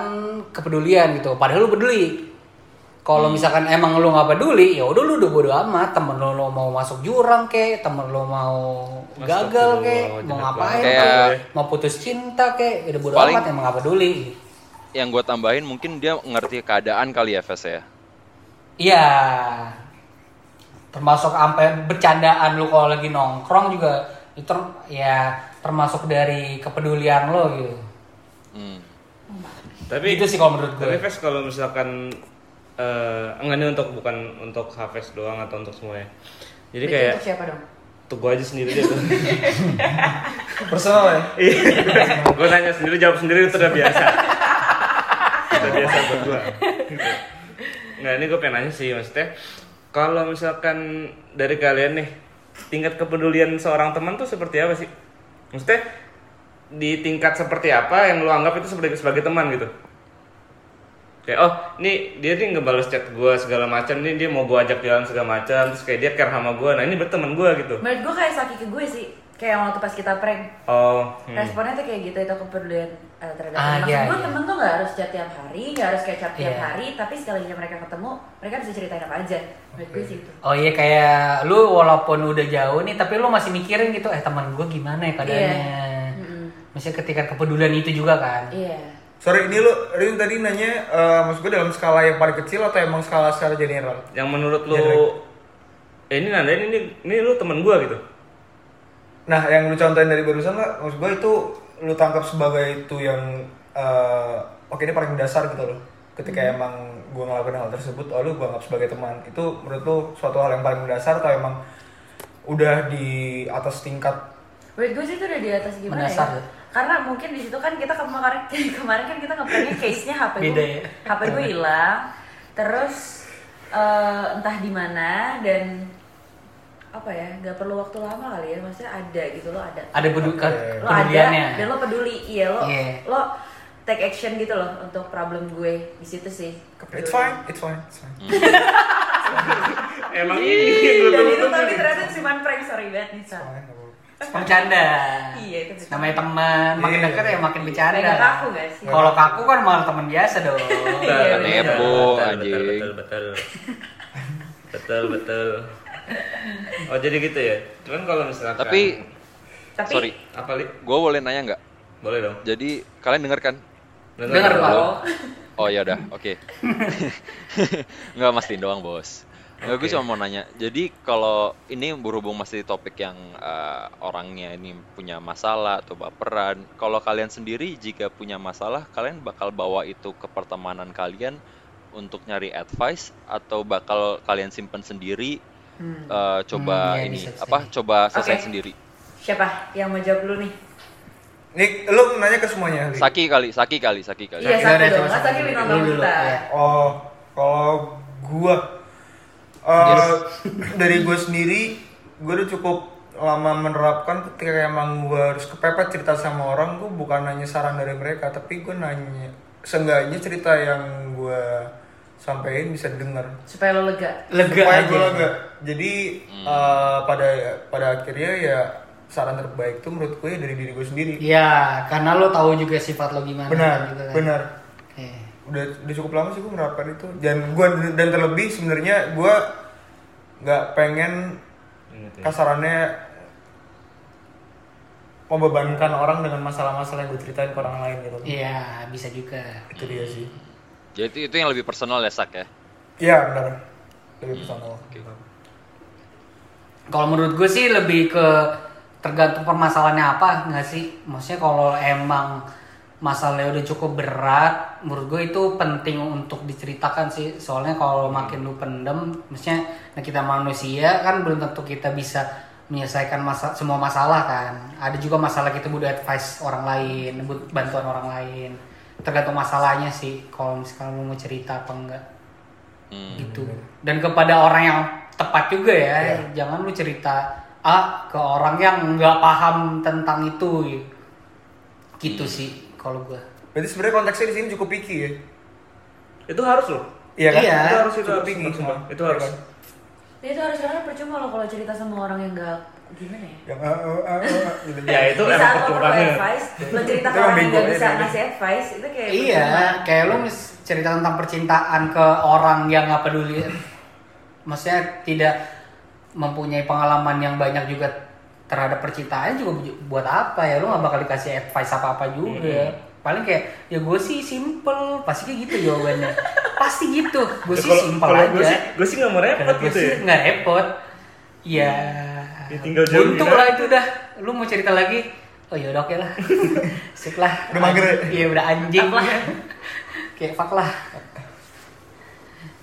kepedulian gitu. Padahal lu peduli. Kalau misalkan emang lu nggak peduli, ya udah lu udah bodo amat. Temen lu, lu mau masuk jurang kek, temen lu mau gagal
Astagfirullah,
kek, mau
jelek
ngapain
banget.
kek,
Kayak-
mau putus cinta kek, udah bodo
Paling-
amat emang nggak peduli.
Yang gue tambahin mungkin dia ngerti keadaan kali ya Fes ya.
Iya. Termasuk sampai bercandaan lu kalau lagi nongkrong juga itu ter- ya termasuk dari kepedulian lo gitu.
Hmm.
Tapi
Gitu sih kalau menurut gue.
Tapi Fes kalau misalkan eh enggak ini untuk bukan untuk Hafiz doang atau untuk semuanya.
Berarti
Jadi kayak
untuk siapa dong?
tuh gue aja sendiri deh tuh.
*laughs*
personal ya
gue nanya sendiri jawab sendiri itu udah biasa. udah biasa buat gue. Nggak ini gue pengen nanya sih maksudnya. Kalau misalkan dari kalian nih tingkat kepedulian seorang teman tuh seperti apa sih? Maksudnya di tingkat seperti apa yang lu anggap itu sebagai sebagai teman gitu? kayak oh ini dia nih ngebales chat gue segala macam nih dia mau gue ajak jalan segala macam terus kayak dia care sama gue nah ini berteman gue gitu
Menurut gue kayak Saki ke gue sih Kayak waktu pas kita prank
oh hmm.
Responnya tuh kayak gitu, itu kepedulian eh, terhadap
Ah,
teman. Maksud
iya,
gue
iya.
temen tuh gak harus chat tiap hari, gak harus kayak chat tiap
Iya.
hari Tapi sekali aja mereka ketemu, mereka bisa ceritain apa aja Menurut gue sih itu
Oh iya kayak lu walaupun udah jauh nih tapi lu masih mikirin gitu eh teman gue gimana ya keadaannya.
Iya. Mm-mm.
Maksudnya ketika kepedulian itu juga kan.
Iya
sorry ini lu Rin tadi nanya eh, maksud gue dalam skala yang paling kecil atau emang skala secara general
yang menurut
Iya,
lu eh, ini nanda ini, ini ini lu teman gue gitu
nah yang lu contohin dari barusan lah maksud gue itu lu tangkap sebagai itu yang eh, oke ini paling dasar gitu loh ketika emang gue ngelakuin hal tersebut oh lu gue anggap sebagai teman itu menurut lu suatu hal yang paling mendasar atau emang udah di atas tingkat
Menurut gue sih itu udah di atas gimana
Mendasar
ya
ya?
karena mungkin di situ kan kita kemarin *laughs* kemarin kan kita ngepranknya case-nya HP gue
Beda ya?
HP gue hilang terus eh, entah di mana dan apa ya nggak perlu waktu lama kali ya maksudnya ada gitu loh ada
Ada pedu- ke-
lo ada
kepeduliannya.
dan lo peduli iya lo
Iya.
lo take action gitu loh untuk problem gue di situ sih kepedulian
it's fine it's fine it's fine
emang
Iya,
Iya,
Ih,
ini
dan itu tapi ternyata cuma prank sorry banget nih Sa.
It's fine, nggak apa-apa.
Bercanda.
Iya, itu betul.
Namanya teman, makin
Iya.
dekat ya makin bercanda.
Nggak kaku nggak sih?
Kalau kaku kan malah teman biasa dong.
Nah,
Iya,
bener. Nebo, anjing.
betul betul betul betul oh jadi gitu ya cuman kalau misalkan
Tapi
tapi
sorry,
apa li
gue boleh nanya nggak?
boleh dong
Jadi kalian dengarkan?
Dengar Pak.
Oh ya udah, oke. Nggak mastiin doang bos. Nggak, gue
Oke.
cuma mau nanya. Jadi kalau ini berhubung masih topik yang eh, orangnya ini punya masalah atau baperan. Kalau kalian sendiri jika punya masalah, kalian bakal bawa itu ke pertemanan kalian untuk nyari advice atau bakal kalian simpen sendiri?
Hmm.
eh, coba
Hmm, iya,
ini
bisa, bisa.
apa? Coba selesai
Oke.
sendiri.
siapa yang mau jawab dulu nih
Nick, lu nanya ke semuanya. Li?
Saki kali, Saki kali, Saki kali.
Iya,
Iya,
satu
udah,
dong.
coba
Kan
satu
tadi
dulu.
bintang tamu
Dulu dulu,
kita.
iya.
Oh, kalau gua eh,
Yes.
*laughs* dari gua sendiri, gua udah cukup lama menerapkan ketika emang gua harus kepepet cerita sama orang, gua bukan nanya saran dari mereka, tapi gua nanya seenggaknya cerita yang gua sampein bisa didengar.
Supaya lo lega.
Lega
Supaya
aja.
gua lega. Jadi eh, pada pada akhirnya ya saran terbaik tuh menurut gue ya dari diri gue sendiri.
Iya, karena lo tahu juga sifat lo gimana
Benar,
gitu kan.
benar.
Iya.
udah udah cukup lama sih gue menerapkan itu dan gua dan terlebih sebenarnya gua nggak pengen
Ingat ya.
kasarannya membebankan orang dengan masalah-masalah yang gue ceritain ke orang lain gitu
Iya, bisa juga.
itu dia sih
Jadi itu, itu yang lebih personal ya Sak ya.
iya benar lebih personal
Kalau menurut gue sih lebih ke tergantung permasalahannya apa nggak sih? Maksudnya kalau emang masalahnya udah cukup berat, menurut gue itu penting untuk diceritakan sih. Soalnya kalau makin lu pendem, maksudnya nah kita manusia kan belum tentu kita bisa menyelesaikan masa semua masalah kan. Ada juga masalah kita butuh advice orang lain, butuh bantuan orang lain. Tergantung masalahnya sih. Kalau misalkan lu mau cerita apa enggak
Hmm.
gitu dan kepada orang yang tepat juga ya
Iya.
jangan lu cerita A ke orang yang nggak paham tentang itu gitu, Gitu sih kalau gua
berarti sebenarnya konteksnya di sini cukup picky ya
itu harus loh
iya kan
Iya.
itu harus itu
Cukup
harus
tinggi.
sumpah, sumpah. itu
Iya
harus
kan?
Ya, itu harus karena percuma lo kalau cerita sama orang yang gak gimana ya?
yang ah, ah, ah, ah, gitu.
ya itu
Di
emang
saat lo
kecil
perlu
banget
advice, lo cerita
Itu
ke orang yang
bego,
gak
ya,
bisa
bego.
ngasih advice, itu kayak
Iya,
percuma.
kayak lu mis- cerita tentang percintaan ke orang yang nggak peduli, maksudnya tidak mempunyai pengalaman yang banyak juga terhadap percintaan juga bu- buat apa ya? Lu nggak bakal dikasih advice apa apa juga. ya. Paling kayak ya gue sih simple, pasti kayak gitu
*laughs*
jawabannya. pasti gitu, gue
Ya,
sih
kalau-
simple
kalau
aja.
gue sih gue sih nggak mau repot
Kalau gue
gitu
sih
ya
nggak repot. Ya,
Ya, tinggal jauhin
buntu
aja.
lah itu dah. Lu mau cerita lagi? Oh ya udah oke
*laughs*
lah. Sip lah.
Udah mager ya?
Iya udah anjing. *laughs* Kayak fuck lah.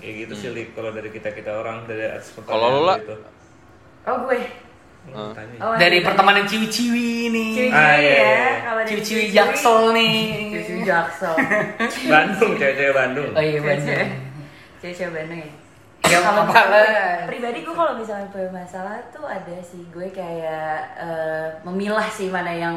ya gitu sih Lik, kalau dari kita kita orang dari atas
Kalau Ah. lo lah.
gitu.
Oh gue,
Iya. Lo tanya.
oh,
Dari
iya.
pertemanan ciwi-ciwi nih.
Ciwi-ciwi
Ah, iya,
ya,
iya.
kalau dari
Ciwi-ciwi
ciwi-ciwi-
jaksel nih.
Ciwi-ciwi
*laughs*
jaksel.
Bandung cewek-cewek Bandung
Oh iya bener.
Cewek-cewek Cewek-cewek Bandung ya.
Ya
Kalau
apa lah.
gue- pribadi gue kalau misalnya punya masalah tuh ada sih gue kayak eh, memilah sih mana yang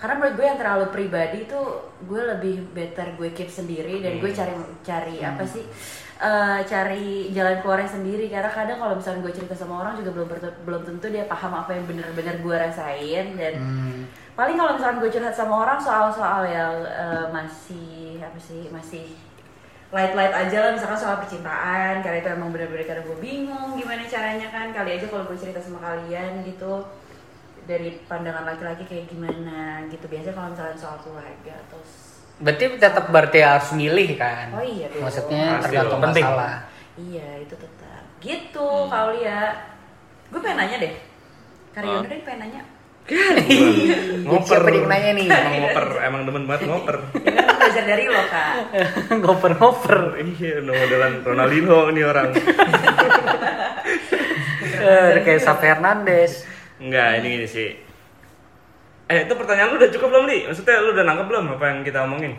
karena menurut gue yang terlalu pribadi tuh gue lebih better gue keep sendiri dan gue cari cari apa sih eh, cari jalan keluarnya sendiri karena kadang kalau misalnya gue cerita sama orang juga belum bertu- belum tentu dia paham apa yang bener-bener gue rasain dan paling kalau misalnya gue curhat sama orang soal-soal yang eh, masih apa sih masih light-light aja lah misalkan soal percintaan karena itu emang bener-bener karena gue bingung gimana caranya kan kali aja kalau gue cerita sama kalian gitu dari pandangan laki-laki kayak gimana gitu biasanya kalau misalnya soal keluarga atau s-
Berarti tetap berarti harus milih kan.
Oh iya dong.
Maksudnya
Pasti
tergantung
dong. Penting.
*laughs*
masalah.
iya itu tetap gitu kau lihat gue pengen nanya deh karena Yunda deh pengen nanya
ngoper
Iya. Siapa yang nanya nih?
emang ngoper emang demen banget ngoper
Yunda tuh belajar dari lo kak
Ngoper-ngoper.
iya udah modelan Ronaldinho nih orang
Eh, Kayak Sa Fernandes.
enggak ini gini sih eh itu pertanyaan lu udah cukup belum li maksudnya lu udah nangkep belum apa yang kita omongin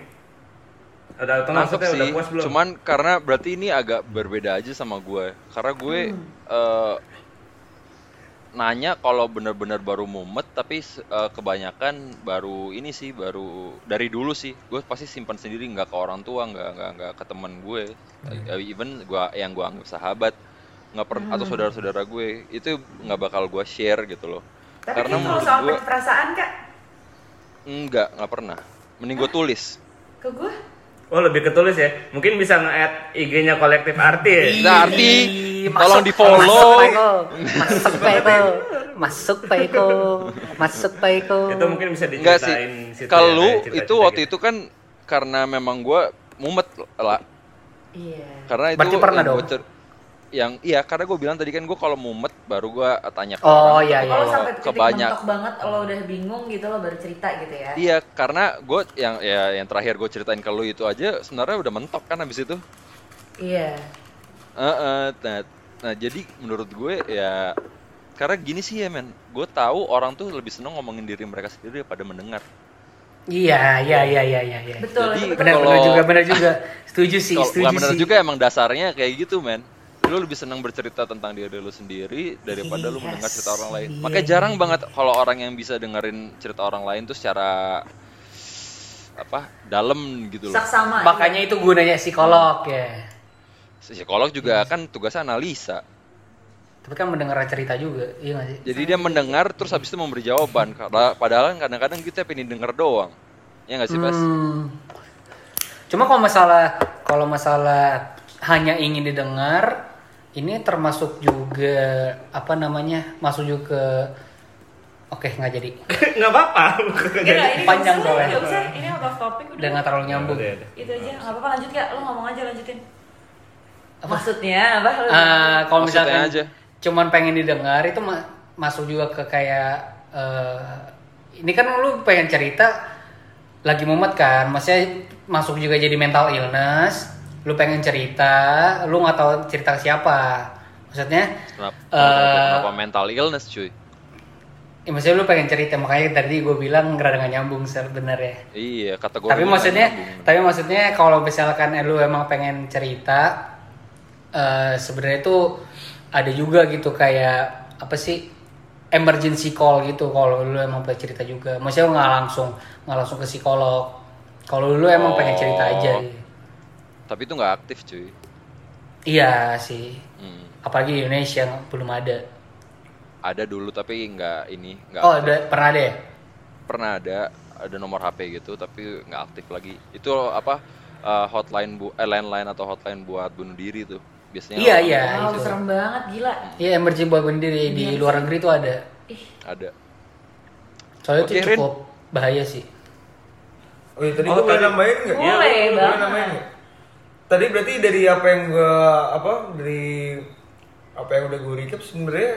udah atau
Nangkep
maksudnya udah
sih,
puas belum
cuman karena berarti ini agak berbeda aja sama gue. Karena gue eh, nanya kalau bener-bener baru mumet, tapi eh, kebanyakan baru ini sih, baru dari dulu sih. Gue pasti simpan sendiri, nggak ke orang tua, nggak nggak nggak ke teman gue, Eh, even gua yang gue anggap sahabat, nggak per- atau saudara-saudara gue itu nggak bakal gue share gitu loh.
tapi kan
karena
kalau
menurut
soal
gue
perasaan kak
enggak nggak pernah. Mending gue tulis.
ke gue
oh lebih ketulis ya mungkin bisa nge-add IG-nya kolektif artis
Nah, arti
Ih, masuk,
tolong di-follow.
Masuk Pak Eko. Masuk Pak Eko. Masuk Pak Eko.
itu mungkin bisa
Enggak
diceritain
sih.
situ
Kalau
ya,
lu
kayak cerita-cerita
itu waktu
gitu.
itu kan karena memang gua mumet lah.
iya
Karena itu
Berarti pernah
yang gua
dong?
cer- yang iya karena gue bilang tadi kan gue kalau mumet baru gua tanya ke
Oh
orang.
iya iya.
kalau
Iya,
sampai titik
kebanyak-
mentok banget lo udah bingung gitu lo baru cerita gitu ya
Iya, karena gue yang ya yang terakhir gue ceritain ke lu itu aja sebenarnya udah mentok kan habis itu.
iya
Heeh, nah, nah, jadi menurut gue ya karena gini sih ya men, gue tahu orang tuh lebih seneng ngomongin diri mereka sendiri daripada mendengar.
Iya iya iya iya iya. iya.
betul
Jadi,
itu betul.
Benar benar
Kalau-
juga benar juga. Setuju sih, Iya,
Kalau
setuju
nggak bener
sih.
juga emang dasarnya kayak gitu men lu lebih senang bercerita tentang diri lu sendiri daripada
Iya,
lu mendengar cerita orang lain makanya jarang banget kalau orang yang bisa dengerin cerita orang lain tuh secara apa dalam gitu loh
Saksama.
Makanya itu gunanya psikolog ya.
psikolog juga
Iya.
kan tugasnya analisa
Tapi kan mendengar cerita juga, iya nggak sih?
jadi dia mendengar terus habis itu memberi jawaban Karena- padahal kan kadang-kadang kita pengen denger doang ya nggak sih Bas?
Hmm. Cuma kalau masalah kalau masalah hanya ingin didengar, ini termasuk juga apa namanya? Masuk juga ke Oke, nggak jadi.
*laughs* nggak apa-apa
Iya, nggak, ini
Panjang
nggak usah,
soalnya.
nggak usah. Ini out of topic
Udah nggak terlalu nyambung.
Udah, udah.
Itu aja, nggak apa-apa lanjut kak. Lo ngomong aja lanjutin. Maksudnya apa? Lo-
Eh, kalau
Maksudnya
misalkan
aja.
cuman pengen didengar itu ma- masuk juga ke kayak eh, ini kan lu pengen cerita lagi mumet kan maksudnya masuk juga jadi mental illness lu pengen cerita lu nggak tahu cerita ke siapa maksudnya
Kenapa,
eh,
kenapa mental illness cuy
ya maksudnya lu pengen cerita makanya tadi gue bilang rada nggak nyambung sebenarnya
iya kategori
tapi
lu
maksudnya
nyambung.
tapi maksudnya kalau misalkan eh, lu emang pengen cerita eh sebenarnya itu ada juga gitu kayak apa sih emergency call gitu kalau lu emang pengen cerita juga maksudnya lu nggak langsung nggak langsung ke psikolog kalau lu emang pengen cerita aja
Oh.
gitu.
tapi itu nggak aktif cuy
iya sih
Hmm.
apalagi di Indonesia belum ada
ada dulu tapi nggak ini nggak
Oh, ada, pernah ada ya?
pernah ada ada nomor HP gitu tapi nggak aktif lagi itu apa eh, hotline bu eh, landline atau hotline buat bunuh diri tuh biasanya
Iya,
orang
iya.
Wow,
itu.
serem banget gila.
Iya, emergency buat sendiri di luar negeri itu ada. iya.
ada
Soalnya itu
Oke, Rin.
cukup bahaya sih.
Oh iya, tadi
Oh,
gue boleh
tadi-
nambahin nggak? Iya,
Boleh
Boleh
banget.
nambahin nggak? Tadi berarti dari apa yang gue apa dari apa yang udah gue recap sebenarnya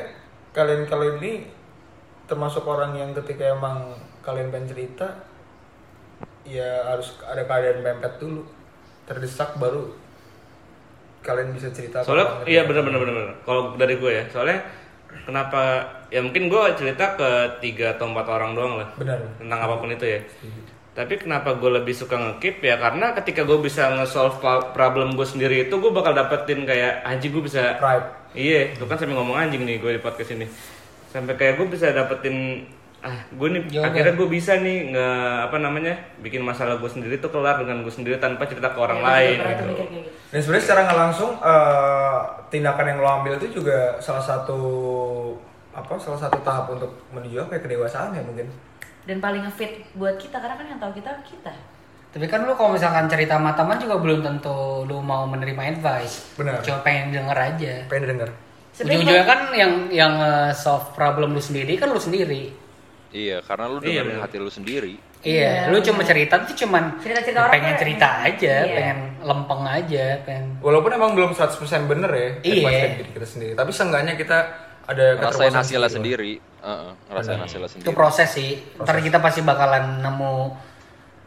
kalian kalian ini termasuk orang yang ketika emang kalian pengen cerita ya harus ada keadaan pempet dulu terdesak baru kalian bisa cerita apa
soalnya
yang
iya benar benar benar benar. kalau dari gue ya soalnya kenapa ya mungkin gue cerita ke tiga atau empat orang doang lah
benar
tentang apapun itu ya tapi kenapa gue lebih suka ngekip ya karena ketika gue bisa nge-solve pa- problem gue sendiri itu gue bakal dapetin kayak anjing gue bisa
pride
Iya, gue kan sambil ngomong anjing nih gue di podcast ini. Sampai kayak gue bisa dapetin ah gue nih
Jawaban.
akhirnya gue bisa nih nggak apa namanya bikin masalah gue sendiri tuh kelar dengan gue sendiri tanpa cerita ke
Iya,
orang lain
Pernah tuh
gitu.
mikir kayak gitu.
Dan sebenarnya secara nggak langsung eh, tindakan yang lo ambil itu juga salah satu apa salah satu tahap untuk menuju apa ya kedewasaan ya mungkin.
Dan paling ngefit buat kita karena kan yang tahu kita kita.
Tapi kan lu kalau misalkan cerita sama teman juga belum tentu lu mau menerima advice.
Benar.
Cuma pengen denger aja.
Pengen denger.
Ujung-ujungnya kan yang yang eh, solve problem lu sendiri kan lu sendiri.
iya karena lu
Iya,
dengerin
benar.
hati lu sendiri
Iya, lu cuma cerita tuh cuman
Cerita-cerita orang
pengen
tuh-
cerita aja,
Iya.
pengen lempeng aja, pengen
Walaupun emang belum 100% bener ya
Iya.
advice dari diri kita sendiri, tapi seenggaknya kita ada gitu.
ngerasain
keterpuasan
hasilnya
sendiri.
sendiri Heeh, ngerasain
iya.
hasilnya
itu
sendiri
proses sih. Ntar kita pasti bakalan nemu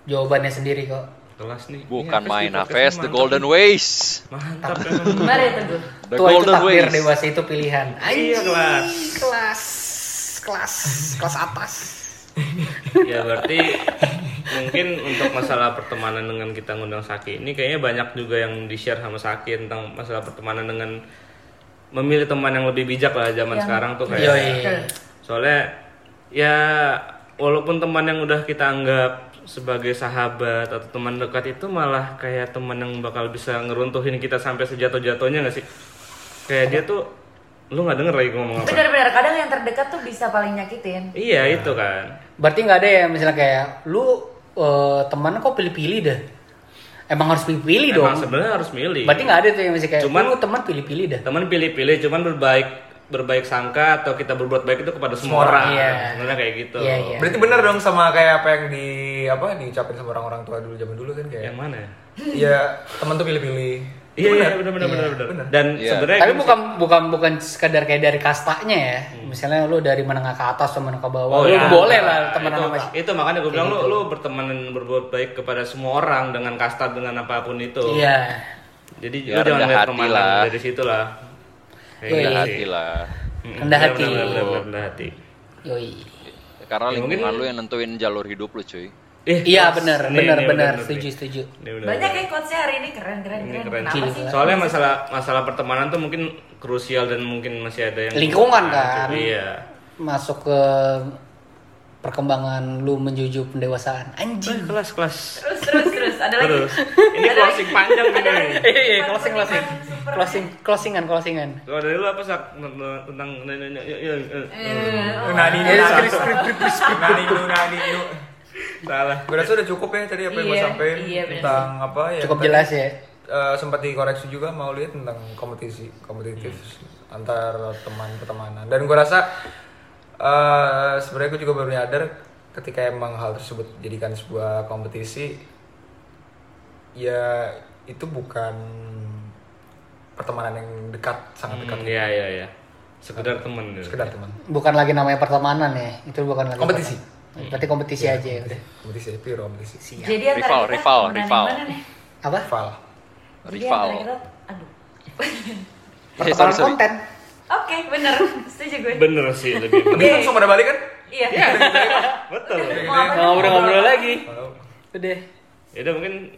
jawabannya sendiri kok.
Kelas nih.
bukan
Iya,
main
podcast
Hafiz
ini
the
mantap.
golden
Iya.
ways
Mantap.
Gimana ya teguh?
the
Tua itu
golden
takdir
ways
dewasa itu pilihan.
Iya kelas.
kelas kelas kelas atas.
Ya berarti mungkin untuk masalah pertemanan dengan kita ngundang Saki ini kayaknya banyak juga yang di share sama Saki tentang masalah pertemanan dengan memilih teman yang lebih bijak lah zaman sekarang tuh kayak.
Yoi.
soalnya ya walaupun teman yang udah kita anggap sebagai sahabat atau teman dekat itu malah kayak teman yang bakal bisa ngeruntuhin kita sampai sejatuh-jatuhnya nggak sih kayak dia tuh lu nggak denger lagi gua ngomong apa
Benar-benar kadang yang terdekat tuh bisa paling nyakitin.
iya itu kan
Berarti nggak ada ya misalnya kayak lu eh, teman kok pilih-pilih deh. Emang harus pilih-pilih dong.
emang sebenarnya harus milih
Berarti nggak ada tuh yang masih kayak
Cuman-
lu teman pilih-pilih dah.
teman pilih-pilih cuman berbaik berbaik sangka atau kita berbuat baik itu kepada semua orang
iya.
sebenarnya kayak gitu
Iya, iya.
Berarti bener dong sama kayak apa yang di apa diucapin sama orang-orang tua dulu zaman dulu kan kayak
yang mana
Iya,
ya
ya teman tuh pilih-pilih.
iya iya benar benar benar benar dan
Iya.
sebenarnya
Tapi bukan bukan bukan sekedar kayak dari kastanya ya. Misalnya lu dari menengah ke atas teman ke bawah, lu
iya.
boleh lah teman
itu,
sama
itu makanya
Iya,
gue bilang lu lu berteman dan berbuat baik kepada semua orang dengan kasta dengan apapun itu.
Iya.
Jadi lu
Ya,
jangan
rendah
lihat
hati
teman
lah.
dari gitu situ lah.
Iya,
rendah
iya.
hati lah
Rendah hati.
Rendah, hati.
Yoi.
karena
Ya, mungkin-
lingkungan lu yang nentuin jalur hidup lu cuy
Eh,
Iya
pas.
benar,
Ini-
benar,
ini
benar,
bener
setuju,
nih.
setuju.
Ini bener,
Banyak
bener.
yang quotesnya hari ini keren keren
Ini
keren.
keren.
Kenapa sih?
Soalnya masalah masalah pertemanan tuh mungkin krusial dan mungkin masih ada yang
Lingkungan kan.
Iya.
Masuk ke perkembangan lu menuju pendewasaan. Anjing.
Kelas kelas.
Terus terus terus ada lagi. *laughs*
Terus. Ini closing panjang gitu nih.
*laughs* Iya,
Bukan
closing,
kutipan
closing.
super-
Closing, closingan, closingan.
Kalau dari lu apa sak tentang tentang iya,
Eh,
Nani
Eh,
nani
skrik, skrik,
nani nani
salah.
Gue rasa udah cukup ya tadi apa yang gue
Iya,
sampein
iya, bener.
tentang apa ya
Cukup
tadi.
jelas ya.
Eh, sempat dikoreksi juga mau lihat tentang kompetisi kompetitif antar teman pertemanan dan gue rasa eh sebenarnya gue juga baru nyadar ketika emang hal tersebut dijadikan sebuah kompetisi ya itu bukan pertemanan yang dekat sangat dekat
Hmm, Iya iya iya. Sekedar temen gitu.
sekedar teman
Bukan lagi namanya pertemanan ya. Itu bukan lagi
Kompetisi.
pertemanan. Berarti kompetisi aja ya udah.
kompetisi pure kompetisi
Jadi antara kita
Rival, rival,
temenan yang
rival.
mana nih?
Apa?
rival
Jadi
rival
antara kita- Aduh.
Eh,
Pertemanan
sorry, sorry.
konten.
Oke, bener. Setuju gue.
Bener sih lebih.
tapi itu langsung pada balik kan
Iya.
Betul.
Mau apa?
Ngobrol-ngobrol lagi. Udah.
Ya udah mungkin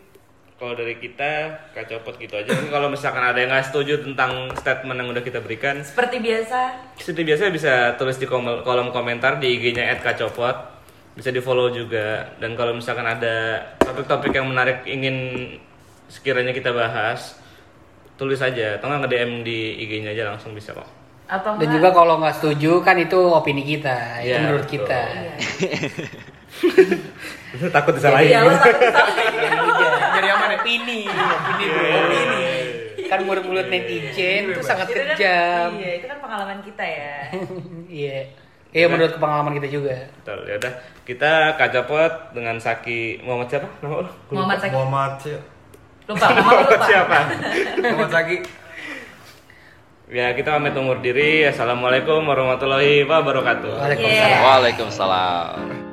kalau dari kita Kak Copot gitu aja. Mungkin kalau misalkan ada yang nggak setuju tentang statement yang udah kita berikan,
Seperti biasa,
seperti biasa bisa tulis di kom- kolom komentar di IG-nya @kacopot. Bisa di-follow juga. Dan kalau misalkan ada topik-topik yang menarik ingin sekiranya kita bahas, tulis aja. Atau nggak nge-DM di IG-nya aja langsung bisa kok.
Atau
Dan
enggak?
juga kalau nggak setuju kan itu opini kita, itu
Iya,
menurut
betul.
kita.
Iya.
*laughs* takut disalahin
Iya,
gitu.
lo takut-takutin.
Jadi aman opini, opini bro, opini. Kan mulut-mulut netizen itu sangat
Itu kan-
kejam.
Iya, itu kan pengalaman kita ya.
Iya. Iya menurut pengalaman kita juga.
Betul, yaudah. Kita kacapot dengan Saki Muhammad siapa? Nama lu? Gua
Muhammad Saki.
Muhammad ya.
Lupa,
lupa.
nama lu
Muhammad
lupa.
siapa?
Muhammad Saki.
ya, kita pamit undur diri. Assalamualaikum warahmatullahi wabarakatuh.
Waalaikumsalam.
Iya.
Waalaikumsalam.